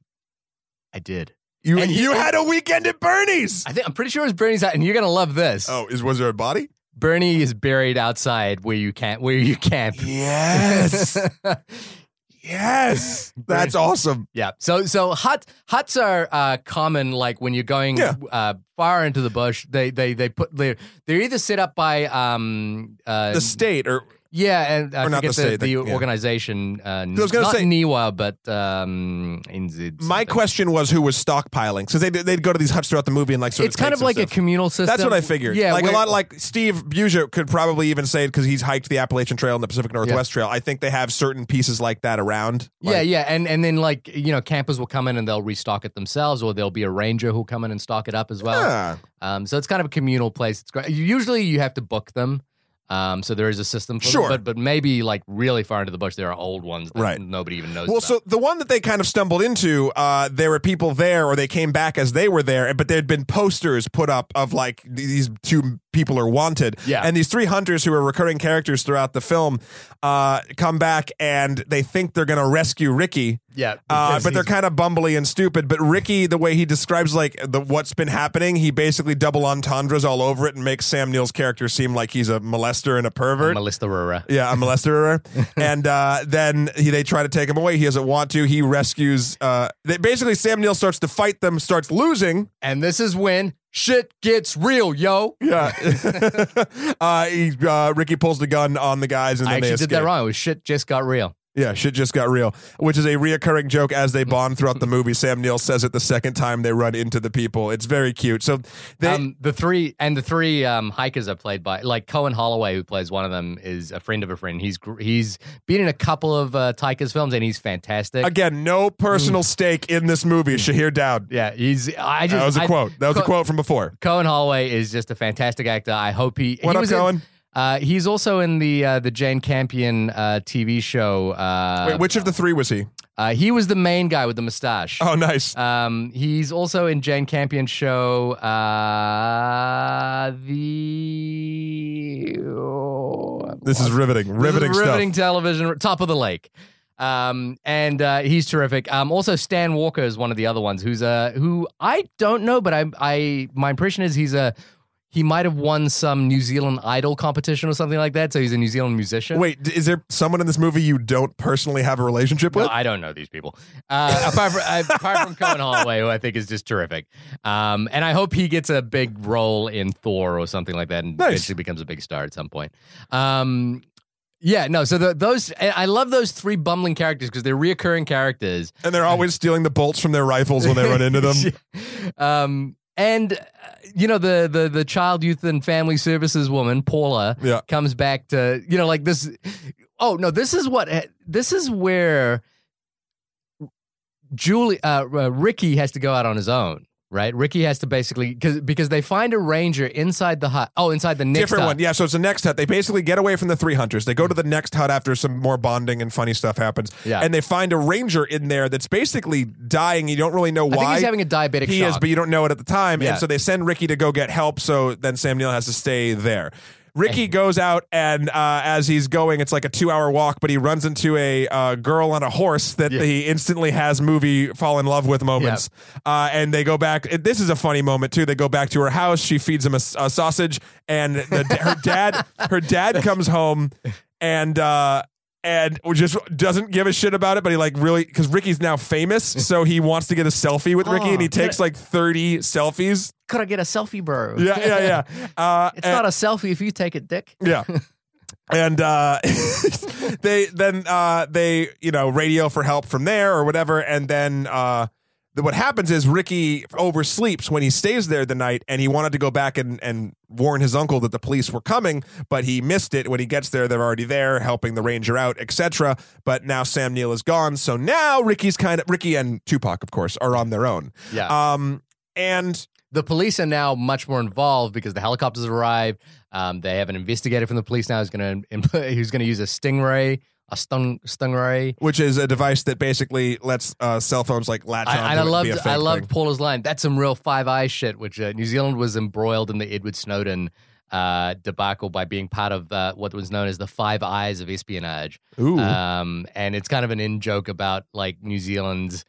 I did.
You
And-
you had a weekend at Bernie's.
I think I'm pretty sure it was Bernie's Hut, and you're gonna love this.
Oh, is was there a body?
Bernie is buried outside where you can't where you camp.
Yes, yes, that's awesome.
Yeah. So so hut huts are uh, common. Like when you're going
Yeah.
uh, far into the bush, they they they put they they're either set up by um uh,
The state or
yeah and I
or not
forget
the state, the- yeah.
organization. Uh,
I was gonna
not
say-
NIWA, but um NZ.
my
something.
question was who was stockpiling because they they'd go to these huts throughout the movie and like sort
It's
of
kind
take
of
some
like
stuff.
a communal system.
That's what I figured.
Yeah,
like a
where-
lot. Like Steve Buja could probably even say because he's hiked the Appalachian Trail and the Pacific Northwest Trail. I think they have certain pieces like that around. Like,
yeah, yeah, and and then like you know, campers will come in and they'll restock it themselves, or there'll be a ranger who'll come in and stock it up as well.
yeah.
Um, so it's kind of a communal place. It's great. Usually you have to book them. Um, so there is a system for them,
Sure.
but but maybe like really far into the bush, there are old ones that
Right.
nobody even knows.
Well,
about.
so the one that they kind of stumbled into, uh, there were people there, or they came back as they were there, but there had been posters put up of like th- these two people are wanted,
Yeah.
and these three hunters who are recurring characters throughout the film uh, come back and they think they're going to rescue Ricky.
yeah,
Uh,
because
but they're
he's-
kind of bumbly and stupid. But Ricky, the way he describes like the, what's been happening, he basically double entendres all over it and makes Sam Neill's character seem like he's a molester and a pervert.
Melissa Rora.
Yeah, a molester. and uh, then he, they try to take him away. He doesn't want to. He rescues. Uh, they, basically, Sam Neill starts to fight them, starts losing.
and this is when shit gets real, yo.
Yeah. uh, he, uh, Ricky pulls the gun on the guys and
I
then they
actually
escape.
did that wrong. It was shit just got real.
Yeah, shit just got real, which is a reoccurring joke as they bond throughout the movie. Sam Neill says it the second time they run into the people. It's very cute. So they,
um, the three and the three um, hikers are played by like Cohen Holloway, who plays one of them, is a friend of a friend. He's gr- he's been in a couple of uh, Tyker's films and he's fantastic.
again, no personal stake in this movie. Shahir Dowd.
yeah, he's. I Mm. just
That was a
I-
quote. That was a
Co-
quote from before.
Cohen Holloway is just a fantastic actor. I hope he.
What
he
up,
was in-
Cohen?
uh, he's also in the uh, the Jane Campion uh, TV show. Uh,
Wait, which of the three was he?
uh, he was the main guy with the mustache.
Oh, nice.
Um, he's also in Jane Campion's show, uh, the. oh,
This is riveting, riveting,
This is riveting
stuff.
television, Top of the Lake. Um, and uh, he's terrific. Um, also Stan Walker is one of the other ones who's uh who I don't know, but I I my impression is he's a he might have won some New Zealand Idol competition or something like that. So he's a New Zealand musician.
Wait, d- is there someone in this movie you don't personally have a relationship
No,
with?
I don't know these people. Uh, apart from apart from Cohen Holloway, who I think is just terrific, um, and I hope he gets a big role in Thor or something like that, and
Nice.
eventually becomes a big star at some point. Um, yeah, no. So the, those, I I love those three bumbling characters because they're reoccurring characters.
and they're always stealing the bolts from their rifles when they run into them.
um, and uh, you know the the the child, youth, and family services woman Paula
Yeah.
comes back to you know like this. Oh no, this is what this is where Julie uh, uh, Ricky has to go out on his own. Right, Ricky has to basically because because they find a ranger inside the hut. Oh, inside the next
Different
hut.
one. Yeah, so it's the next hut. They basically get away from the three hunters. They go to the next hut after some more bonding and funny stuff happens.
Yeah.
And they find a ranger in there that's basically dying. You don't really know
I
why.
think he's having a diabetic
he
shock.
is, but you don't know it at the time.
Yeah.
And so they send Ricky to go get help. So then Sam Neill has to stay there. Ricky goes out, and uh, as he's going, it's like a two-hour walk, but he runs into a uh, girl on a horse that
Yeah.
he instantly has movie fall in love with moments. Uh, and they go back. it- This is a funny moment too. They go back to her house. She feeds him a, s- a sausage, and the, her dad, her dad comes home, and. Uh, and just doesn't give a shit about it, but he like really because Ricky's now famous, so he wants to get a selfie with Ricky,
Oh,
and he
can I-
takes like thirty selfies.
Could I get a selfie, bro?
Yeah, yeah, yeah. Uh,
It's not a selfie if you take it, Dick.
yeah. And uh, they then uh, they you know radio for help from there or whatever, and then uh, the, what happens is Ricky oversleeps when he stays there the night, and he wanted to go back and and warn his uncle that the police were coming, but he missed it. When he gets there, they're already there helping the ranger out, etc. But now Sam Neill is gone, so now Ricky's kind of Ricky and Tupac, of course, are on their own.
Yeah.
Um, and
the police are now much more involved because the helicopters arrived. Um, they have an investigator from the police now who's going to who's going to use a stingray, a stung stingray.
which is a device that basically lets uh, cell phones like latch on.
I, and I
be a
loved
fake
I
thing.
loved Paula's line. That's some real Five Eyes shit. Which uh, New Zealand was embroiled in the Edward Snowden uh, debacle by being part of uh, what was known as the Five Eyes of espionage.
Ooh.
Um, and it's kind of an in joke about like New Zealand's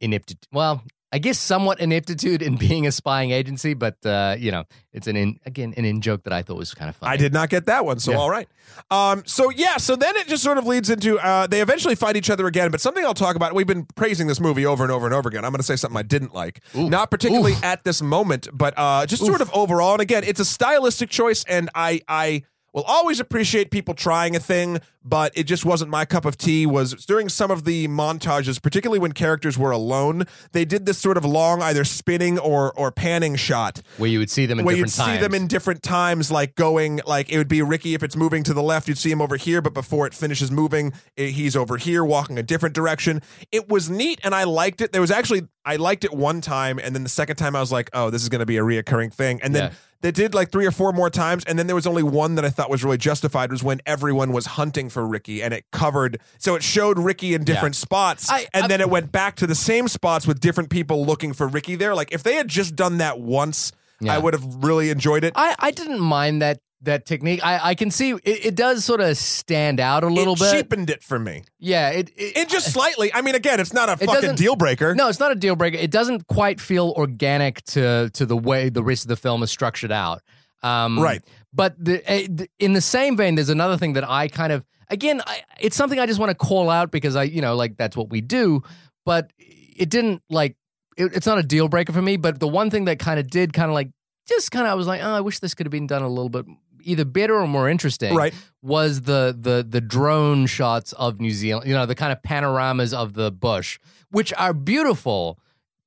ineptitude. Well, I guess somewhat ineptitude in being a spying agency, but uh, you know, it's an in again an in joke that I thought was kind of funny.
I did not get that one, so
Yeah.
all right. Um, so yeah, so then it just sort of leads into uh, they eventually fight each other again. But something I'll talk about. We've been praising this movie over and over and over again. I'm going to say something I didn't like,
Ooh.
not particularly
Oof.
at this moment, but uh, just sort of overall. And again, it's a stylistic choice, and I I will always appreciate people trying a thing, but it just wasn't my cup of tea. Was during some of the montages, particularly when characters were alone, they did this sort of long either spinning or or panning shot
where you would see them in
where you'd
different times.
see them in different times, like going, like it would be Ricky if it's moving to the left, you'd see him over here, but before it finishes moving, i- he's over here walking a different direction. It was neat, and I liked it. There was actually I liked it one time, and then the second time I was like, oh, this is going to be a reoccurring thing, and then.
Yeah.
They did like three or four more times, and then there was only one that I thought was really justified. Was when everyone was hunting for Ricky, and it covered, so it showed Ricky in different spots,
I-
and
I-
then it went back to the same spots with different people looking for Ricky there. Like if they had just done that once,
Yeah.
I would have really enjoyed it.
I I didn't mind that that technique. I I can see it, it does sort of stand out a little
it
bit.
cheapened it for me.
yeah, it it,
It just slightly. I mean, again, it's not a fucking
doesn't-
deal breaker.
No, it's not a deal breaker. It doesn't quite feel organic to to the way the rest of the film is structured out. Um,
Right.
But the, eh, th- in the same vein, there's another thing that I kind of again, I, it's something I just want to call out because I, you know, like that's what we do. But it didn't like it, it's not a deal breaker for me. But the one thing that kind of did, kind of like just kind of, I was like, oh, I wish this could have been done a little bit either better or more interesting
Right.
was the the the drone shots of New Zealand, you know, the kind of panoramas of the bush, which are beautiful.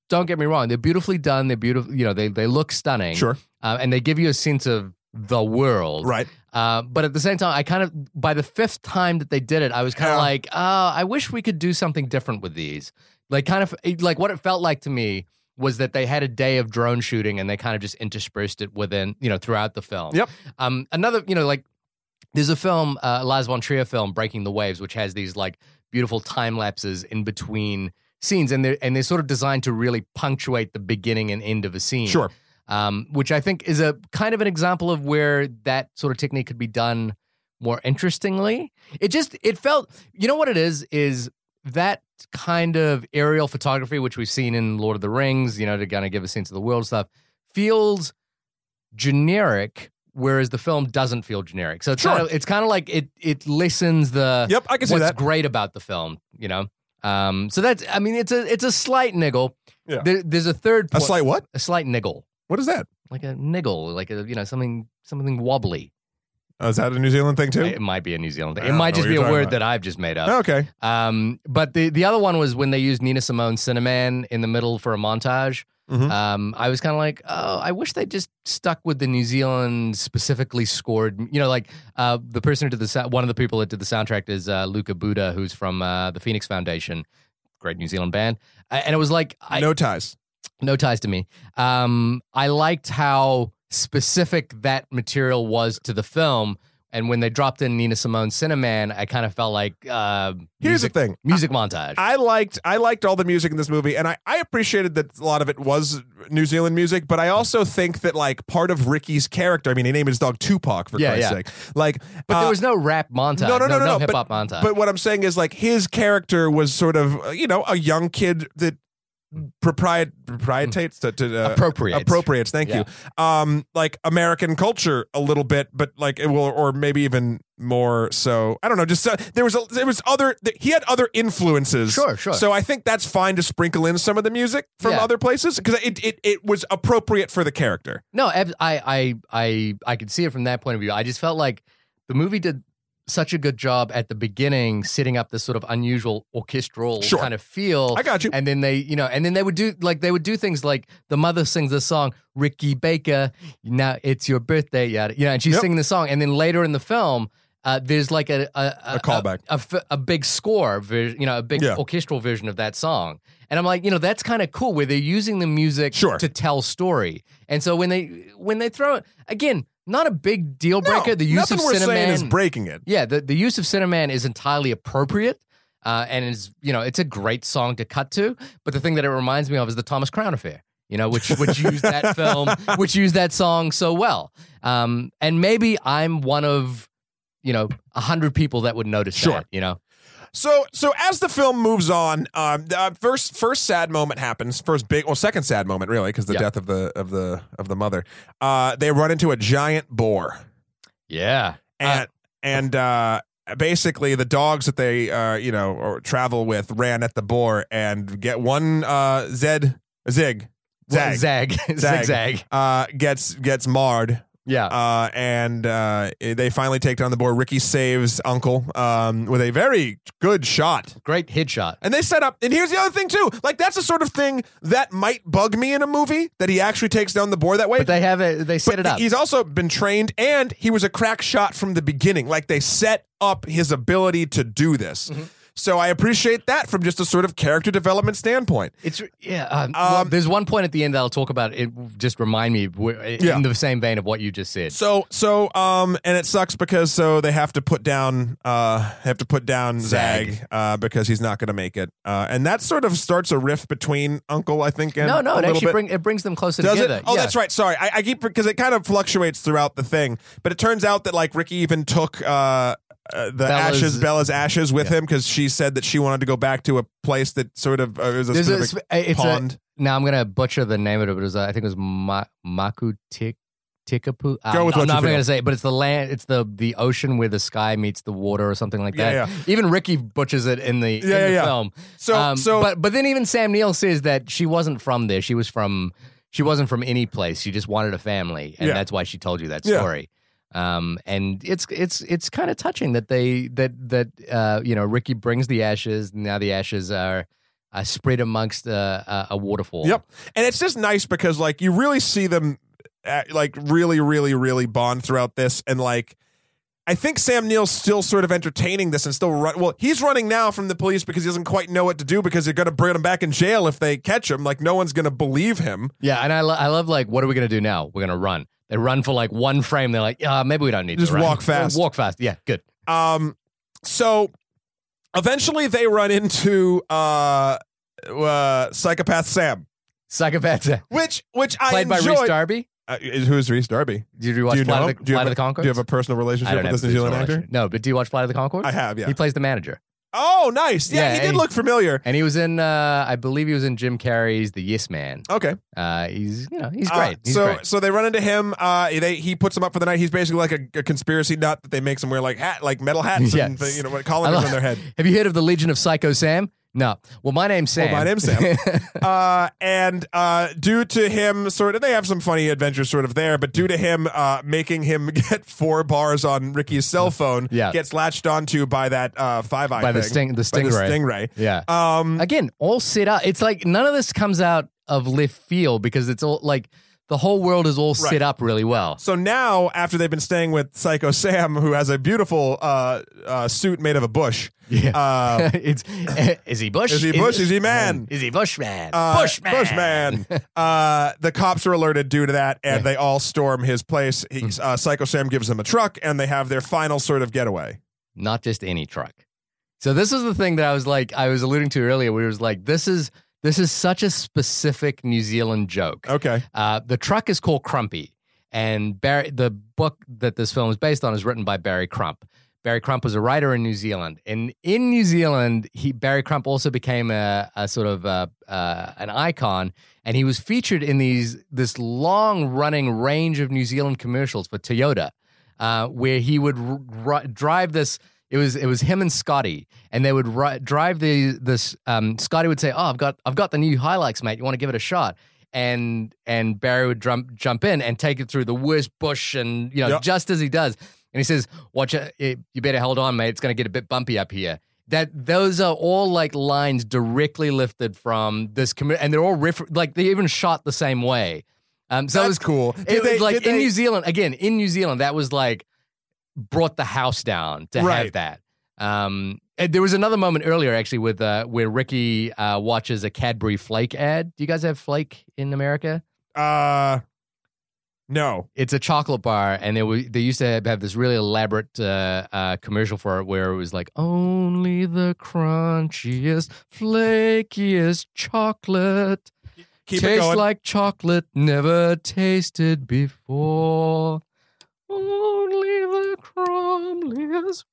Don't get me wrong; they're beautifully done. They're beautiful, you know. They they look stunning,
Sure.
uh, and they give you a sense of the world,
Right.
Uh, but at the same time, I kind of by the fifth time that they did it, I was kind of
Yeah.
like, oh, I wish we could do something different with these. Like, kind of it- like what it felt like to me was that they had a day of drone shooting and they kind of just interspersed it within, you know, throughout the film.
Yep.
Um, another, you know, like there's a film, uh, Lars von Trier film, Breaking the Waves, which has these like beautiful time lapses in between scenes, and they're and they're sort of designed to really punctuate the beginning and end of a scene
Sure.
um, which I think is a kind of an example of where that sort of technique could be done more interestingly. It just it felt you know what it is is that kind of aerial photography which we've seen in Lord of the Rings, you know, to kind of give a sense of the world stuff, feels generic. Whereas the film doesn't feel generic, so it's
Sure.
kind of it's kind of like it it lessens the
Yep. I can see
what's
that.
great about the film, you know. Um, so that's I mean it's a it's a slight niggle.
Yeah.
There, there's a third
A
point-
slight what?
a slight niggle
What is that?
like a niggle, like a you know something something wobbly.
Oh, is that a New Zealand thing too?
It might be a New Zealand thing.
I
It
don't
might
know
just
what
be a
you're talking
word
about.
that I've just made up.
okay.
Um, but the the other one was when they used Nina Simone Cinnamon in the middle for a montage.
Mhm.
Um, I was kind of like, oh, I wish they just stuck with the New Zealand specifically scored. You know, like uh, the person who did the sou- one of the people that did the soundtrack is uh, Luca Buddha, who's from uh, the Phoenix Foundation, great New Zealand band. Uh, and it was like, I,
no ties.
no ties to me. Um, I liked how specific that material was to the film. And when they dropped in Nina Simone Cinnamon, I kind of felt like uh,
Here's
music,
the thing.
music montage.
I liked I liked all the music in this movie, and I, I appreciated that a lot of it was New Zealand music, but I also think that like part of Ricky's character, I mean, he named his dog Tupac for
Yeah,
Christ's
yeah.
sake. Like,
but
uh,
there was no rap montage.
no, no, no, no, no,
hip hop montage.
But what I'm saying is, like, his character was sort of, uh, you know, a young kid that propriet proprietates to, to uh,
appropriate.
appropriates. Thank you. Um, like American culture a little bit, but like it will, or maybe even more so. I don't know. Just uh, there was a, there was other. th- he had other influences.
Sure, sure.
So I think that's fine to sprinkle in some of the music from
Yeah.
other places because it, it it was appropriate for the character.
No, ab- I, I, I, I could see it from that point of view. I just felt like the movie did such a good job at the beginning, setting up this sort of unusual orchestral
Sure.
kind of feel.
I got you.
and then they you know and then they would do like they would do things like the mother sings this song ricky baker now it's your birthday yada you know and she's
Yep.
singing the song and then later in the film uh, there's like a a,
A callback.
a, f- a big score ver- you know a big
Yeah.
orchestral version of that song and i'm like you know that's kind of cool where they're using the music
Sure.
to tell story and so when they when they throw it again not a big deal breaker
No,
the use
nothing
of
we're saying
cinnamon
is breaking it.
yeah, the, the use of Cinnamon is entirely appropriate. Uh, and is you know it's a great song to cut to, but the thing that it reminds me of is the Thomas Crown affair, you know, which which used that film, which used that song so well. Um, and maybe I'm one of you know a hundred people that would notice
Sure.
that, you know.
So so as the film moves on, um, the, uh, first first sad moment happens. First big, well, second sad moment really, because the
Yeah.
death of the of the of the mother. Uh, they run into a giant boar,
Yeah,
and and uh, basically the dogs that they uh, you know or travel with ran at the boar and get one uh, Zed Zig Zag
zag,
Zag.
zigzag.
uh, gets gets marred.
Yeah,
Uh, and uh, they finally take down the boar. Ricky saves Uncle um, with a very good shot.
great headshot.
And they set up, and here's the other thing too. Like that's the sort of thing that might bug me in a movie that he actually takes down the board that way.
But they have it. They set
But
it up.
He's also been trained, and he was a crack shot from the beginning. Like they set up his ability to do this.
Mm-hmm.
So I appreciate that from just a sort of character development standpoint.
It's yeah. Um, well,
Um,
there's one point at the end that I'll talk about. It just remind me where-
Yeah.
in the same vein of what you just said.
So so um, and it sucks because so they have to put down uh have to put down Zag,
Zag.
uh because he's not going to make it. Uh, and that sort of starts a rift between Uncle, I think. And
No, no,
a
it
little
actually
bit.
bring, it brings them closer
Does
together.
it? Oh,
Yeah.
that's right. Sorry, I, I keep because it kind of fluctuates throughout the thing. But it turns out that like Ricky even took uh, uh, the
Bella's-
ashes, Bella's ashes, with him because she said that she wanted to go back to a place that sort of uh, was a
There's a,
specific
sp- it's
pond.
A, now I'm gonna butcher the name of it, but it was uh, I think it was Ma- Maku Tik. Tikapu. I'm,
Go with what
I'm
you
not even
feel.
gonna say, it, but it's the land. It's the the ocean where the sky meets the water, or something like
Yeah,
that. Even Ricky butchers it in the, in
Yeah,
the
yeah.
film.
so
Um,
so
but but then even Sam Neill says that she wasn't from there. She was from she wasn't from any place. She just wanted a family, and
Yeah.
that's why she told you that
Yeah.
story. Um, and it's it's it's kind of touching that they that that uh, you know Ricky brings the ashes. Now the ashes are uh, spread amongst uh, a, a waterfall.
Yep. And it's just nice because like you really see them uh, like really really really bond throughout this and like I think Sam Neill's still sort of entertaining this and still run. Well, he's running now from the police because he doesn't quite know what to do because they're going to bring him back in jail if they catch him. Like no one's going to believe him.
Yeah, and I lo- I love like what are we gonna do now? We're gonna run. They run for like one frame. They're like, uh, maybe we don't need
Just
to run.
walk fast.
Walk fast. Yeah, good.
Um, so eventually they run into uh, uh psychopath Sam,
Psychopaths uh,
which which I
played by Reese
enjoyed.
Darby.
Uh, who's Reese Darby?
Did you watch
do you
Flight,
know?
of
him?
the,
do, you
Flight
have
of
a,
the Concord?
do you have a personal
I
relationship
don't
with
have
this
a
New Zealand
personal
actor?
relation- No, but do you watch Flight of the Concord?
I have, yeah.
He plays the manager,
oh, nice. Yeah,
Yeah,
he did
and-
look familiar.
and he was in. Uh, I believe he was in Jim Carrey's The Yes Man.
Okay.
Uh, he's you know he's
Uh,
great. He's
so
great.
so they run into him. Uh, they he puts him up for the night. He's basically like a, a conspiracy nut that they makes him wear like hat, like metal hats, and
Yes.
the, you know what
I
collars
love-
on their head.
Have you heard of the Legion of Psycho Sam? No. Well, my name's
Well,
Sam.
my name's Sam. Uh, and uh, due to him, sort of, they have some funny adventures, sort of there. But due to him uh, making him get four bars on Ricky's cell phone,
Yeah.
gets latched onto by that uh, five eye
by the
thing,
sting, the
by the
stingray.
stingray.
Yeah.
Um,
Again, all set up. It's like none of this comes out of left field because it's all like the whole world is all
Right.
set up really well.
So now, after they've been staying with Psycho Sam, who has a beautiful uh, uh, suit made of a bush,
Yeah.
uh,
it's is he Bush?
Is he Bush? Is he man?
Is he Bushman?
uh,
Bushman.
Bushman, uh, the cops are alerted due to that, and they all storm his place. He's, uh, Psycho Sam gives them a truck, and they have their final sort of getaway.
Not just any truck. So this is the thing that I was like I was alluding to earlier where it was like this is this is such a specific New Zealand joke.
Okay,
Uh, the truck is called Crumpy, and Barry, the book that this film is based on is written by Barry Crump. Barry Crump was a writer in New Zealand, and in New Zealand, he Barry Crump also became a, a sort of uh uh, an icon, and he was featured in these this long running range of New Zealand commercials for Toyota, uh, where he would r- r- drive this. It was it was him and Scotty, and they would ri- drive the this. Um, Scotty would say, "Oh, I've got I've got the new Hilux, mate. You want to give it a shot?" and and Barry would jump jump in and take it through the worst bush, and you know
Yep.
just as he does, and he says, "Watch it, it- you better hold on, mate. It's going to get a bit bumpy up here." That those are all like lines directly lifted from this, commu- and they're all refer- like they even shot the same way. Um, so
that's
it was
cool.
it
Did they-
was like
did
in
they-
New Zealand again. In New Zealand, that was like brought the house down to
Right.
have that. Um, and there was another moment earlier actually with uh, where Ricky uh, watches a Cadbury Flake ad. Do you guys have Flake in America?
Uh, no.
It's a chocolate bar, and there was they used to have, have this really elaborate uh, uh, commercial for it where it was like only the crunchiest, flakiest chocolate
Keep
tastes
it going.
like chocolate never tasted before. Only the crumbliest,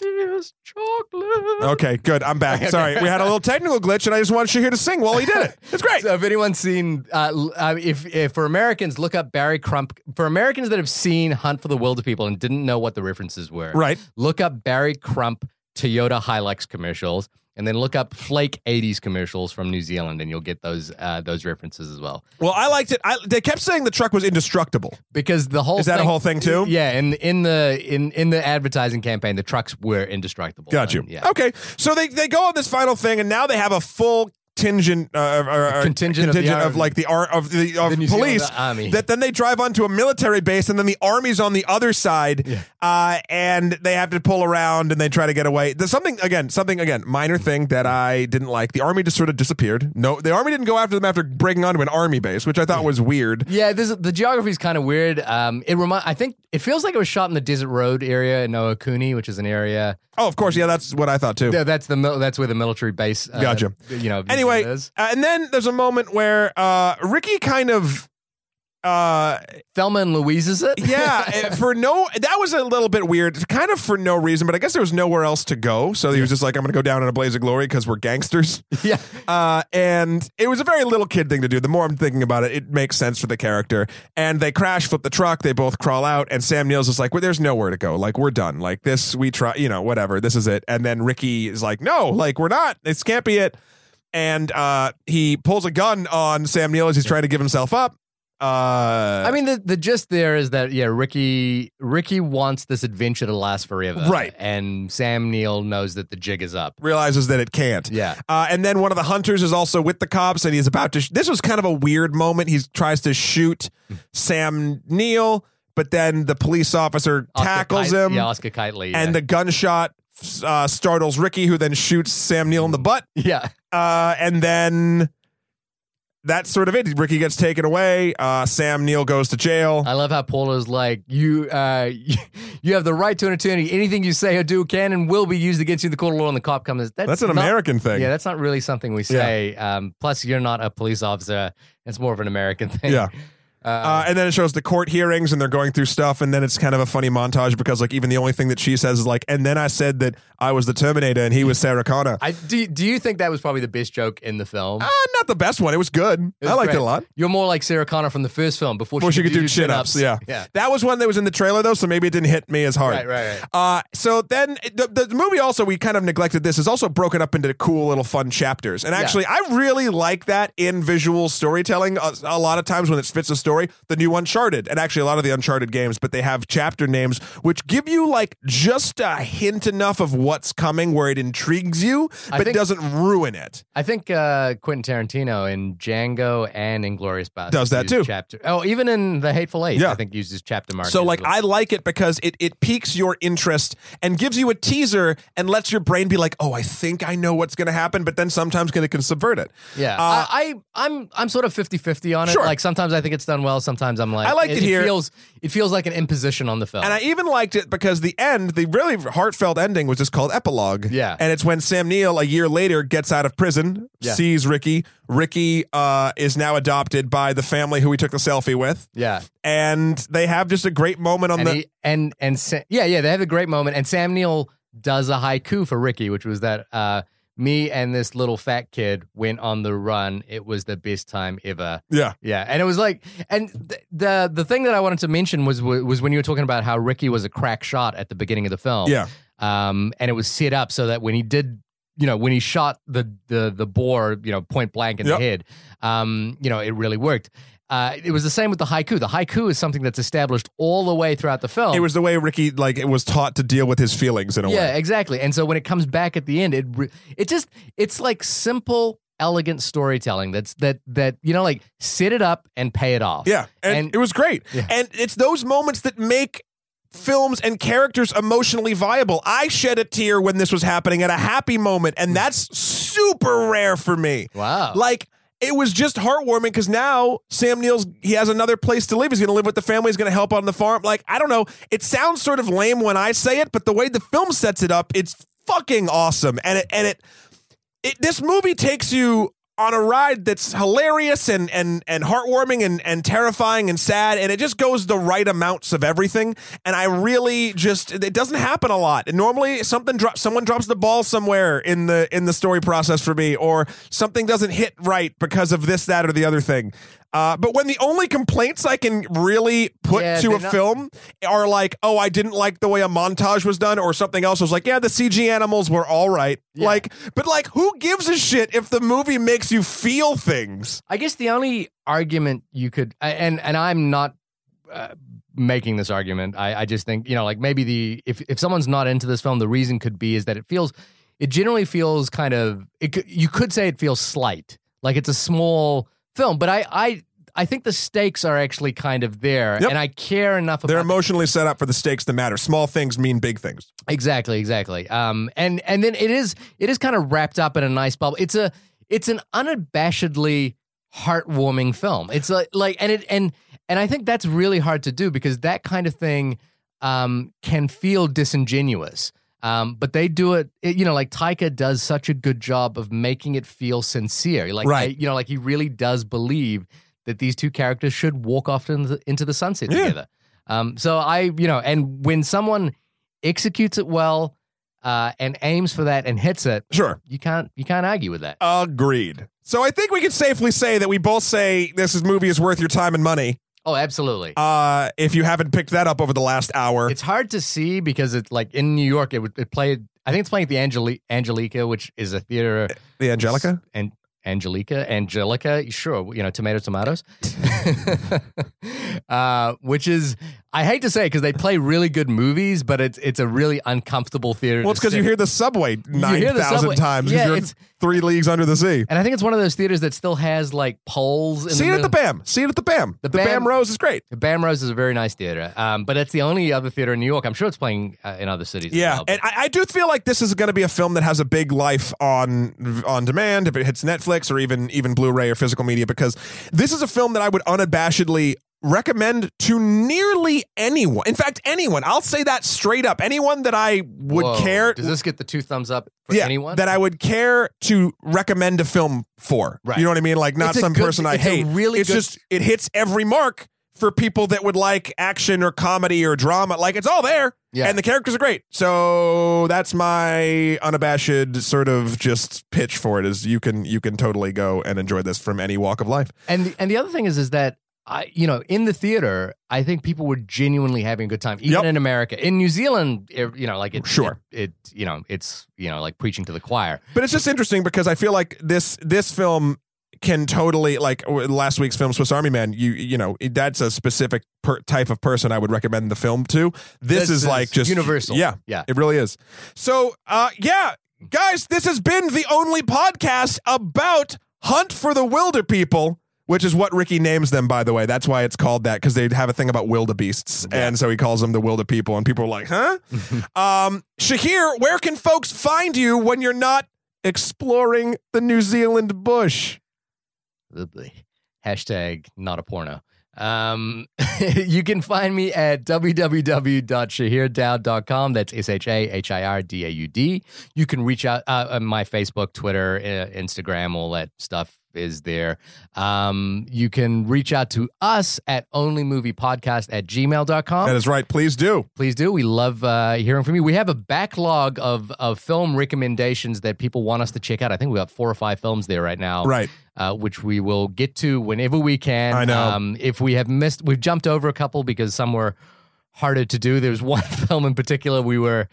flakiest chocolate.
okay, good. I'm back.
Okay.
Sorry, we had a little technical glitch, and I just wanted Shahir to sing while he did it. It's great.
So if anyone's seen, uh, l- uh, if, if for Americans, look up Barry Crump. For Americans that have seen Hunt for the Wilder People and didn't know what the references were,
Right.
look up Barry Crump Toyota Hilux commercials, and then look up Flake '80s commercials from New Zealand, and you'll get those uh, those references as well.
Well, I liked it. I, they kept saying the truck was indestructible.
Because the whole
Is that a
thing-
whole thing too?
Yeah, and in the in in the advertising campaign, the trucks were indestructible.
Got you.
And, yeah.
Okay. So they, they go on this final thing, and now they have a full contingent, uh, or, or- or
Contingent of the
contingent
army.
of like the ar- of the of
The New
police
Zealand Army.
that then they drive onto a military base, and then the army's on the other side, uh, and they have to pull around and they try to get away. There's something again, something again, minor thing that I didn't like. The army just sort of disappeared. No, the army didn't go after them after breaking onto an army base, which I thought was weird.
Yeah, this, the geography is kind of weird. Um, it remind I think it feels like it was shot in the Desert Road area in Oakuni, which is an area.
Oh, of course, yeah, that's what I thought too.
Yeah, that's the mil- that's where the military base. Uh,
Gotcha.
You know.
anyway,
is.
uh, and then there's a moment where uh, Ricky kind of. Uh,
Thelma and Louise is it?
yeah, uh, for no, that was a little bit weird, kind of for no reason, but I guess there was nowhere else to go. So he was just like, I'm going to go down in a blaze of glory because we're gangsters.
yeah.
Uh, and it was a very little kid thing to do. The more I'm thinking about it, it makes sense for the character. And they crash, flip the truck, they both crawl out, and Sam Neill's just like, well, there's nowhere to go. Like, we're done. Like, this, we try, you know, whatever, this is it. And then Ricky is like, no, like, we're not. This can't be it. And uh, he pulls a gun on Sam Neill as he's trying to give himself up. Uh,
I mean, the, the gist there is that yeah, Ricky Ricky wants this adventure to last forever,
Right.
And Sam Neill knows that the jig is up.
realizes that it can't.
Yeah,
Uh, and then one of the hunters is also with the cops, and he's about to. Sh- this was kind of a weird moment. He tries to shoot Sam Neill, but then the police officer
Oscar
tackles
Kite-
him,
Yeah, Oscar Kitely.
and the gunshot uh, startles Ricky, who then shoots Sam Neill in the butt.
yeah,
Uh, and then that's sort of it. Ricky gets taken away. Uh, Sam Neill goes to jail.
I love how Paula's like you. Uh, you have the right to an attorney. Anything you say or do can and will be used against you in the court of law. And the cop comes. That's,
that's an
not-
American thing.
Yeah, that's not really something we
Yeah.
say. Um, plus, you're not a police officer. It's more of an American thing.
Yeah.
Uh,
Uh, and then it shows the court hearings and they're going through stuff. And then it's kind of a funny montage because, like, even the only thing that she says is, like, and then I said that I was the Terminator and he was Sarah Connor.
I do. Do you think that was probably the best joke in the film?
Uh, not the best one. It was good.
It was
I liked
great.
it a lot.
You're more like Sarah Connor from the first film before,
Wish
she
you could do chin ups.
chin-ups.
Yeah.
yeah,
That was one that was in the trailer, though, so maybe it didn't hit me as hard.
right, right, right.
Uh, so then the, the movie also we kind of neglected this is also broken up into cool little fun chapters and
Yeah.
actually I really like that in visual storytelling a, a lot of times when it fits a story the new Uncharted and actually a lot of the Uncharted games but they have chapter names which give you like just a hint enough of what's coming where it intrigues you
I
but
think-
doesn't ruin it
I think uh, Quentin Tarantino in Django and Inglorious Bastards
Does that too.
Chapter. Oh, even in The Hateful Eight,
Yeah.
I think uses chapter markers.
so like
as well.
I like it because it it piques your interest and gives you a teaser and lets your brain be like oh I think I know what's going to happen but then sometimes going to subvert it
yeah,
uh,
I, I I'm I'm sort of 50-50 on it.
Sure.
Like sometimes I think it's done well, sometimes I'm like
I liked it here.
feels it feels like an imposition on the film.
And I even liked it because the end, the really heartfelt ending was just called epilogue.
Yeah.
And it's when Sam Neill, a year later, gets out of prison,
Yeah.
sees Ricky. Ricky uh, is now adopted by the family who he took the selfie with.
yeah,
And they have just a great moment on
and
the.
he, and and Sa- yeah, yeah, they have a great moment. And Sam Neill does a haiku for Ricky, which was that uh, me and this little fat kid went on the run. It was the best time ever.
yeah.
Yeah, and it was like, and th- the the thing that I wanted to mention was was when you were talking about how Ricky was a crack shot at the beginning of the film.
Yeah.
um, and it was set up so that when he did, you know, when he shot the the the boar, you know, point blank in
Yep.
the head, um, you know, it really worked. Uh, it was the same with the haiku. The haiku is something that's established all the way throughout the film.
It was the way Ricky, like, it was taught to deal with his feelings in a
Oh. yeah,
way.
exactly. And so when it comes back at the end, it re- it just it's like simple, elegant storytelling. That's that that you know, like set it up and pay it off.
Yeah. And,
And-
it was great.
Yeah.
And it's those moments that make films and characters emotionally viable. I shed a tear when this was happening at a happy moment, and that's super rare for me.
Wow.
Like it was just heartwarming because now Sam Neill's he has another place to live. He's going to live with the family. He's going to help on the farm. Like I don't know. It sounds sort of lame when I say it, but the way the film sets it up, it's fucking awesome. And it and it, it this movie takes you on a ride that's hilarious and and and heartwarming and and terrifying and sad and it just goes the right amounts of everything and I really just it doesn't happen a lot. And normally something drops someone drops the ball somewhere in the in the story process for me or something doesn't hit right because of this that or the other thing. Uh, but when the only complaints I can really put
Yeah,
to
they're
a
not-
film are like, oh, I didn't like the way a montage was done, or something else I was like, yeah, the CG animals were all right.
Yeah.
Like, but like, who gives a shit if the movie makes you feel things?
I guess the only argument you could, I- and and I'm not uh, making this argument. I, I just think you know, like maybe the if if someone's not into this film, the reason could be is that it feels, it generally feels kind of, it could, you could say it feels slight, like it's a small film. But I I I think the stakes are actually kind of there,
Yep.
and I care enough
They're
about
emotionally set up for the stakes that matter. Small things mean big things.
Exactly, exactly. Um, and and then it is it is kind of wrapped up in a nice bubble. It's a it's an unabashedly heartwarming film. It's like like and it and and I think that's really hard to do because that kind of thing um can feel disingenuous. Um, but they do it, it- you know, like Taika does such a good job of making it feel sincere. Like,
Right.
you know, like he really does believe that these two characters should walk off into the, into the sunset
Yeah.
together. Um, so I, you know, and when someone executes it well uh, and aims for that and hits it,
Sure.
you can't you can't argue with that.
Agreed. So I think we can safely say that we both say this is, movie is worth your time and money.
Oh, absolutely.
Uh, if you haven't picked that up over the last hour,
It's hard to see because it's like in New York, it would it played. I think it's playing at the Angeli- Angelica, which is a theater.
the Angelica.
and Angelica, Angelica, sure, you know, tomato, tomatoes, uh, which is I hate to say because they play really good movies, but it's it's a really uncomfortable theater.
Well,
to
it's because
sit
you
in.
hear the subway nine
hear the
thousand
subway.
times. 'cause
Yeah,
you're
it's-
three leagues under the sea.
and I think it's one of those theaters that still has like poles. In
See
the
it at the
middle.
BAM. See it at the BAM.
The
The, BAM,
BAM
Rose is great.
Bam Rose is a very nice theater, um, but it's the only other theater in New York. I'm sure it's playing uh, in other cities. as
Yeah,
well, but-
and I, I do feel like this is going to be a film that has a big life on on demand if it hits Netflix or even even Blu-ray or physical media because this is a film that I would unabashedly recommend to nearly anyone. In fact, anyone. I'll say that straight up. Anyone that I would
Whoa.
care
Does this get the two thumbs up for
yeah,
anyone?
that I would care to recommend a film for.
Right.
You know what I mean? Like not
It's a
some
good-
person I
it's a
hate.
really
it's
good-
just it hits every mark for people that would like action or comedy or drama. Like it's all there.
Yeah.
And the characters are great. So that's my unabashed sort of just pitch for it is you can you can totally go and enjoy this from any walk of life.
And the, and the other thing is is that I you know in the theater I think people were genuinely having a good time even
Yep.
in America in New Zealand it- you know like it
Sure.
it, it, you know it's you know like preaching to the choir
But it's just interesting because I feel like this this film can totally like w- last week's film Swiss Army Man. You you know that's a specific per, type of person I would recommend the film to. This, is, like just
universal
Yeah,
yeah
it really is. So uh, yeah, guys, this has been the only podcast about Hunt for the Wilder People. Which is what Ricky names them, by the way. That's why it's called that, because they have a thing about wildebeests.
Yeah.
And so he calls them the wilder people. And people are like, huh? Um, Shahir, where can folks find you when you're not exploring the New Zealand bush?
hashtag not a porno um you can find me at www.shahirdaud.com that's s-h-a-h-i-r-d-a-u-d you can reach out uh, on my facebook twitter uh, instagram all that stuff is there um you can reach out to us at onlymoviepodcast at gmail.com
That is right. Please do.
please do. We love uh, hearing from you. We have a backlog of of film recommendations that people want us to check out. I think we got four or five films there right now,
Right.
Uh, which we will get to whenever we can.
I know.
Um, if we have missed, we've jumped over a couple because some were harder to do. There was one film in particular we were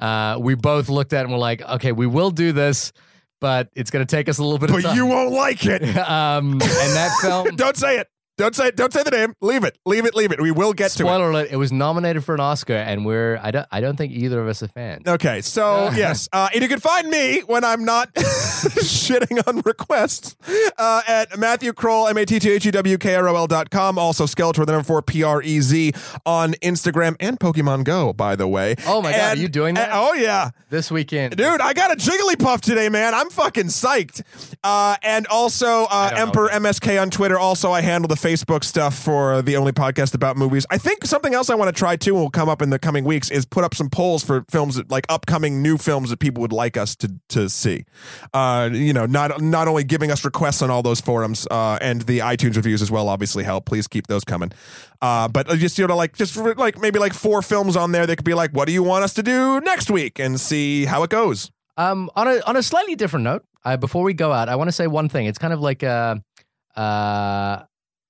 uh, we both looked at and were like, okay, we will do this, but it's going to take us a little bit of
But
time.
you won't like it.
um, and that film.
Don't say it. Don't say it. Don't say the name. Leave it. Leave it. Leave it. We will get to it.
Spoiler alert! It was nominated for an Oscar, and we're I don't I don't think either of us are fans.
Okay, so yes, uh, and you can find me when I'm not shitting on requests uh, at Matthew Kroll, M A T T H E W K R O L dot com. Also, Skeletor, the number four, P R E Z on Instagram and Pokemon Go, by the way.
Oh my God,
And-
are you doing that?
and- oh, yeah.
This weekend,
Dude, I got a Jigglypuff today, man. I'm fucking psyched. Uh, and also, uh,
don't know
Emperor MSK on Twitter. Also, I handle the Facebook stuff for the only podcast about movies. I think something else I want to try too, and will come up in the coming weeks, is put up some polls for films that, like upcoming new films that people would like us to to see. Uh, you know, not not only giving us requests on all those forums uh, and the iTunes reviews as well. Obviously, help. Please keep those coming. Uh, but uh, just you know, like just for, like maybe like four films on there that could be like, what do you want us to do next week, and see how it goes.
Um, on a on a slightly different note, uh, before we go out, I want to say one thing. It's kind of like a uh,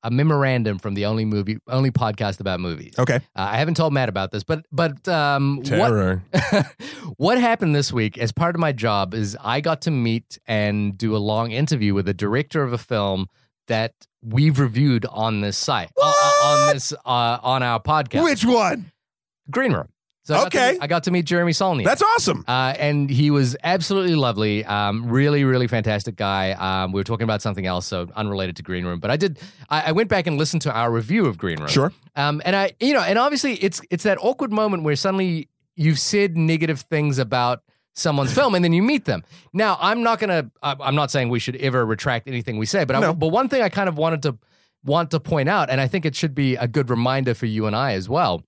a memorandum from the only movie, only podcast about movies.
Okay.
Uh, I haven't told Matt about this, but but um, what what happened this week as part of my job is I got to meet and do a long interview with the director of a film that we've reviewed on this site on- on,
What?
this uh, on our podcast,
Which one?
Green Room. So I got to
Okay.
meet- I got to meet Jeremy Solney.
That's awesome.
Uh, and he was absolutely lovely. Um, really, really fantastic guy. Um, we were talking about something else, so unrelated to Green Room. But I did. I, I went back and listened to our review of Green Room.
Sure.
Um, and I, you know, and obviously it's it's that awkward moment where suddenly you've said negative things about someone's film, and then you meet them. Now, I'm not gonna. I- I'm not saying we should ever retract anything we say, but I,
No.
but one thing I kind of wanted to want to point out, and I think it should be a good reminder for you and I as well,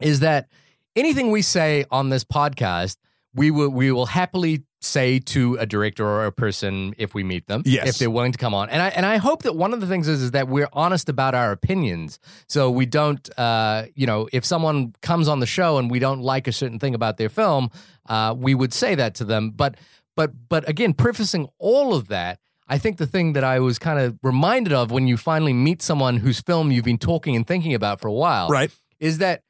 is that anything we say on this podcast, we will we will happily say to a director or a person if we meet them,
Yes.
if they're willing to come on. And I and I hope that one of the things is is that we're honest about our opinions, so we don't, uh, you know, if someone comes on the show and we don't like a certain thing about their film, uh, we would say that to them, but. But but again, prefacing all of that, I think the thing that I was kind of reminded of when you finally meet someone whose film you've been talking and thinking about for a while
Right.
is that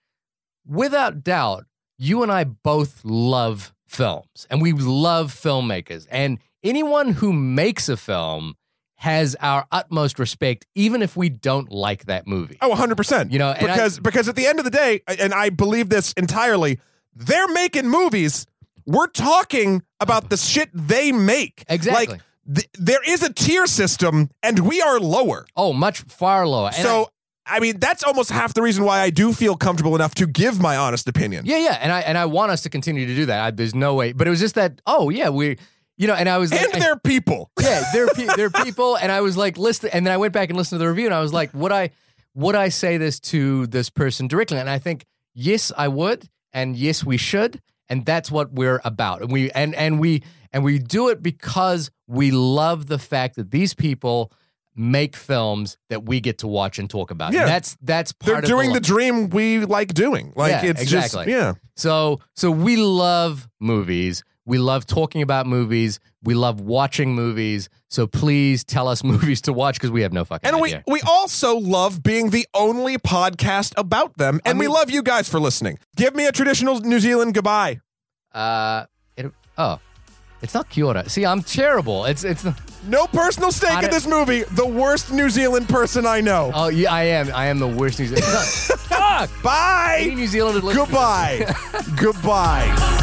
without doubt, you and I both love films and we love filmmakers. And anyone who makes a film has our utmost respect, even if we don't like that movie.
Oh, 100%.
You know, and I-
because because at the end of the day, and I believe this entirely, they're making movies. We're talking about the shit they make.
Exactly.
Like th- there is a tier system and we are lower.
oh, much far lower. And I-
so I, mean, that's almost half the reason why I do feel comfortable enough to give my honest opinion.
yeah, yeah, and I and I want us to continue to do that. I, there's no way, but it was just that. Oh yeah, we, you know, and I was
And
like,
they're people.
yeah, they're pe- they're people, and I was like, listen, and then I went back and listened to the review, and I was like, would I would I say this to this person directly? And I think yes, I would, and yes, we should, and that's what we're about, and we and and we and we do it because we love the fact that these people make films that we get to watch and talk about.
Yeah.
And that's that's part
They're
of
doing
the
the dream we like doing. Like
Yeah,
it's just
exactly.
yeah.
So so we love movies. We love talking about movies. We love watching movies. So please tell us movies to watch because we have no fucking
And we
idea.
we also love being the only podcast about them. And we
mean-
love you guys for listening. Give me a traditional New Zealand goodbye.
uh, it, oh, it's not kia ora. See, I'm terrible. It's it's.
No personal stake
Got
in
it.
this movie. The worst New Zealand person I know.
Oh yeah, I am. I am the worst New Zealand. Fuck. Any
Bye.
New Zealander listening to this?
Goodbye. goodbye.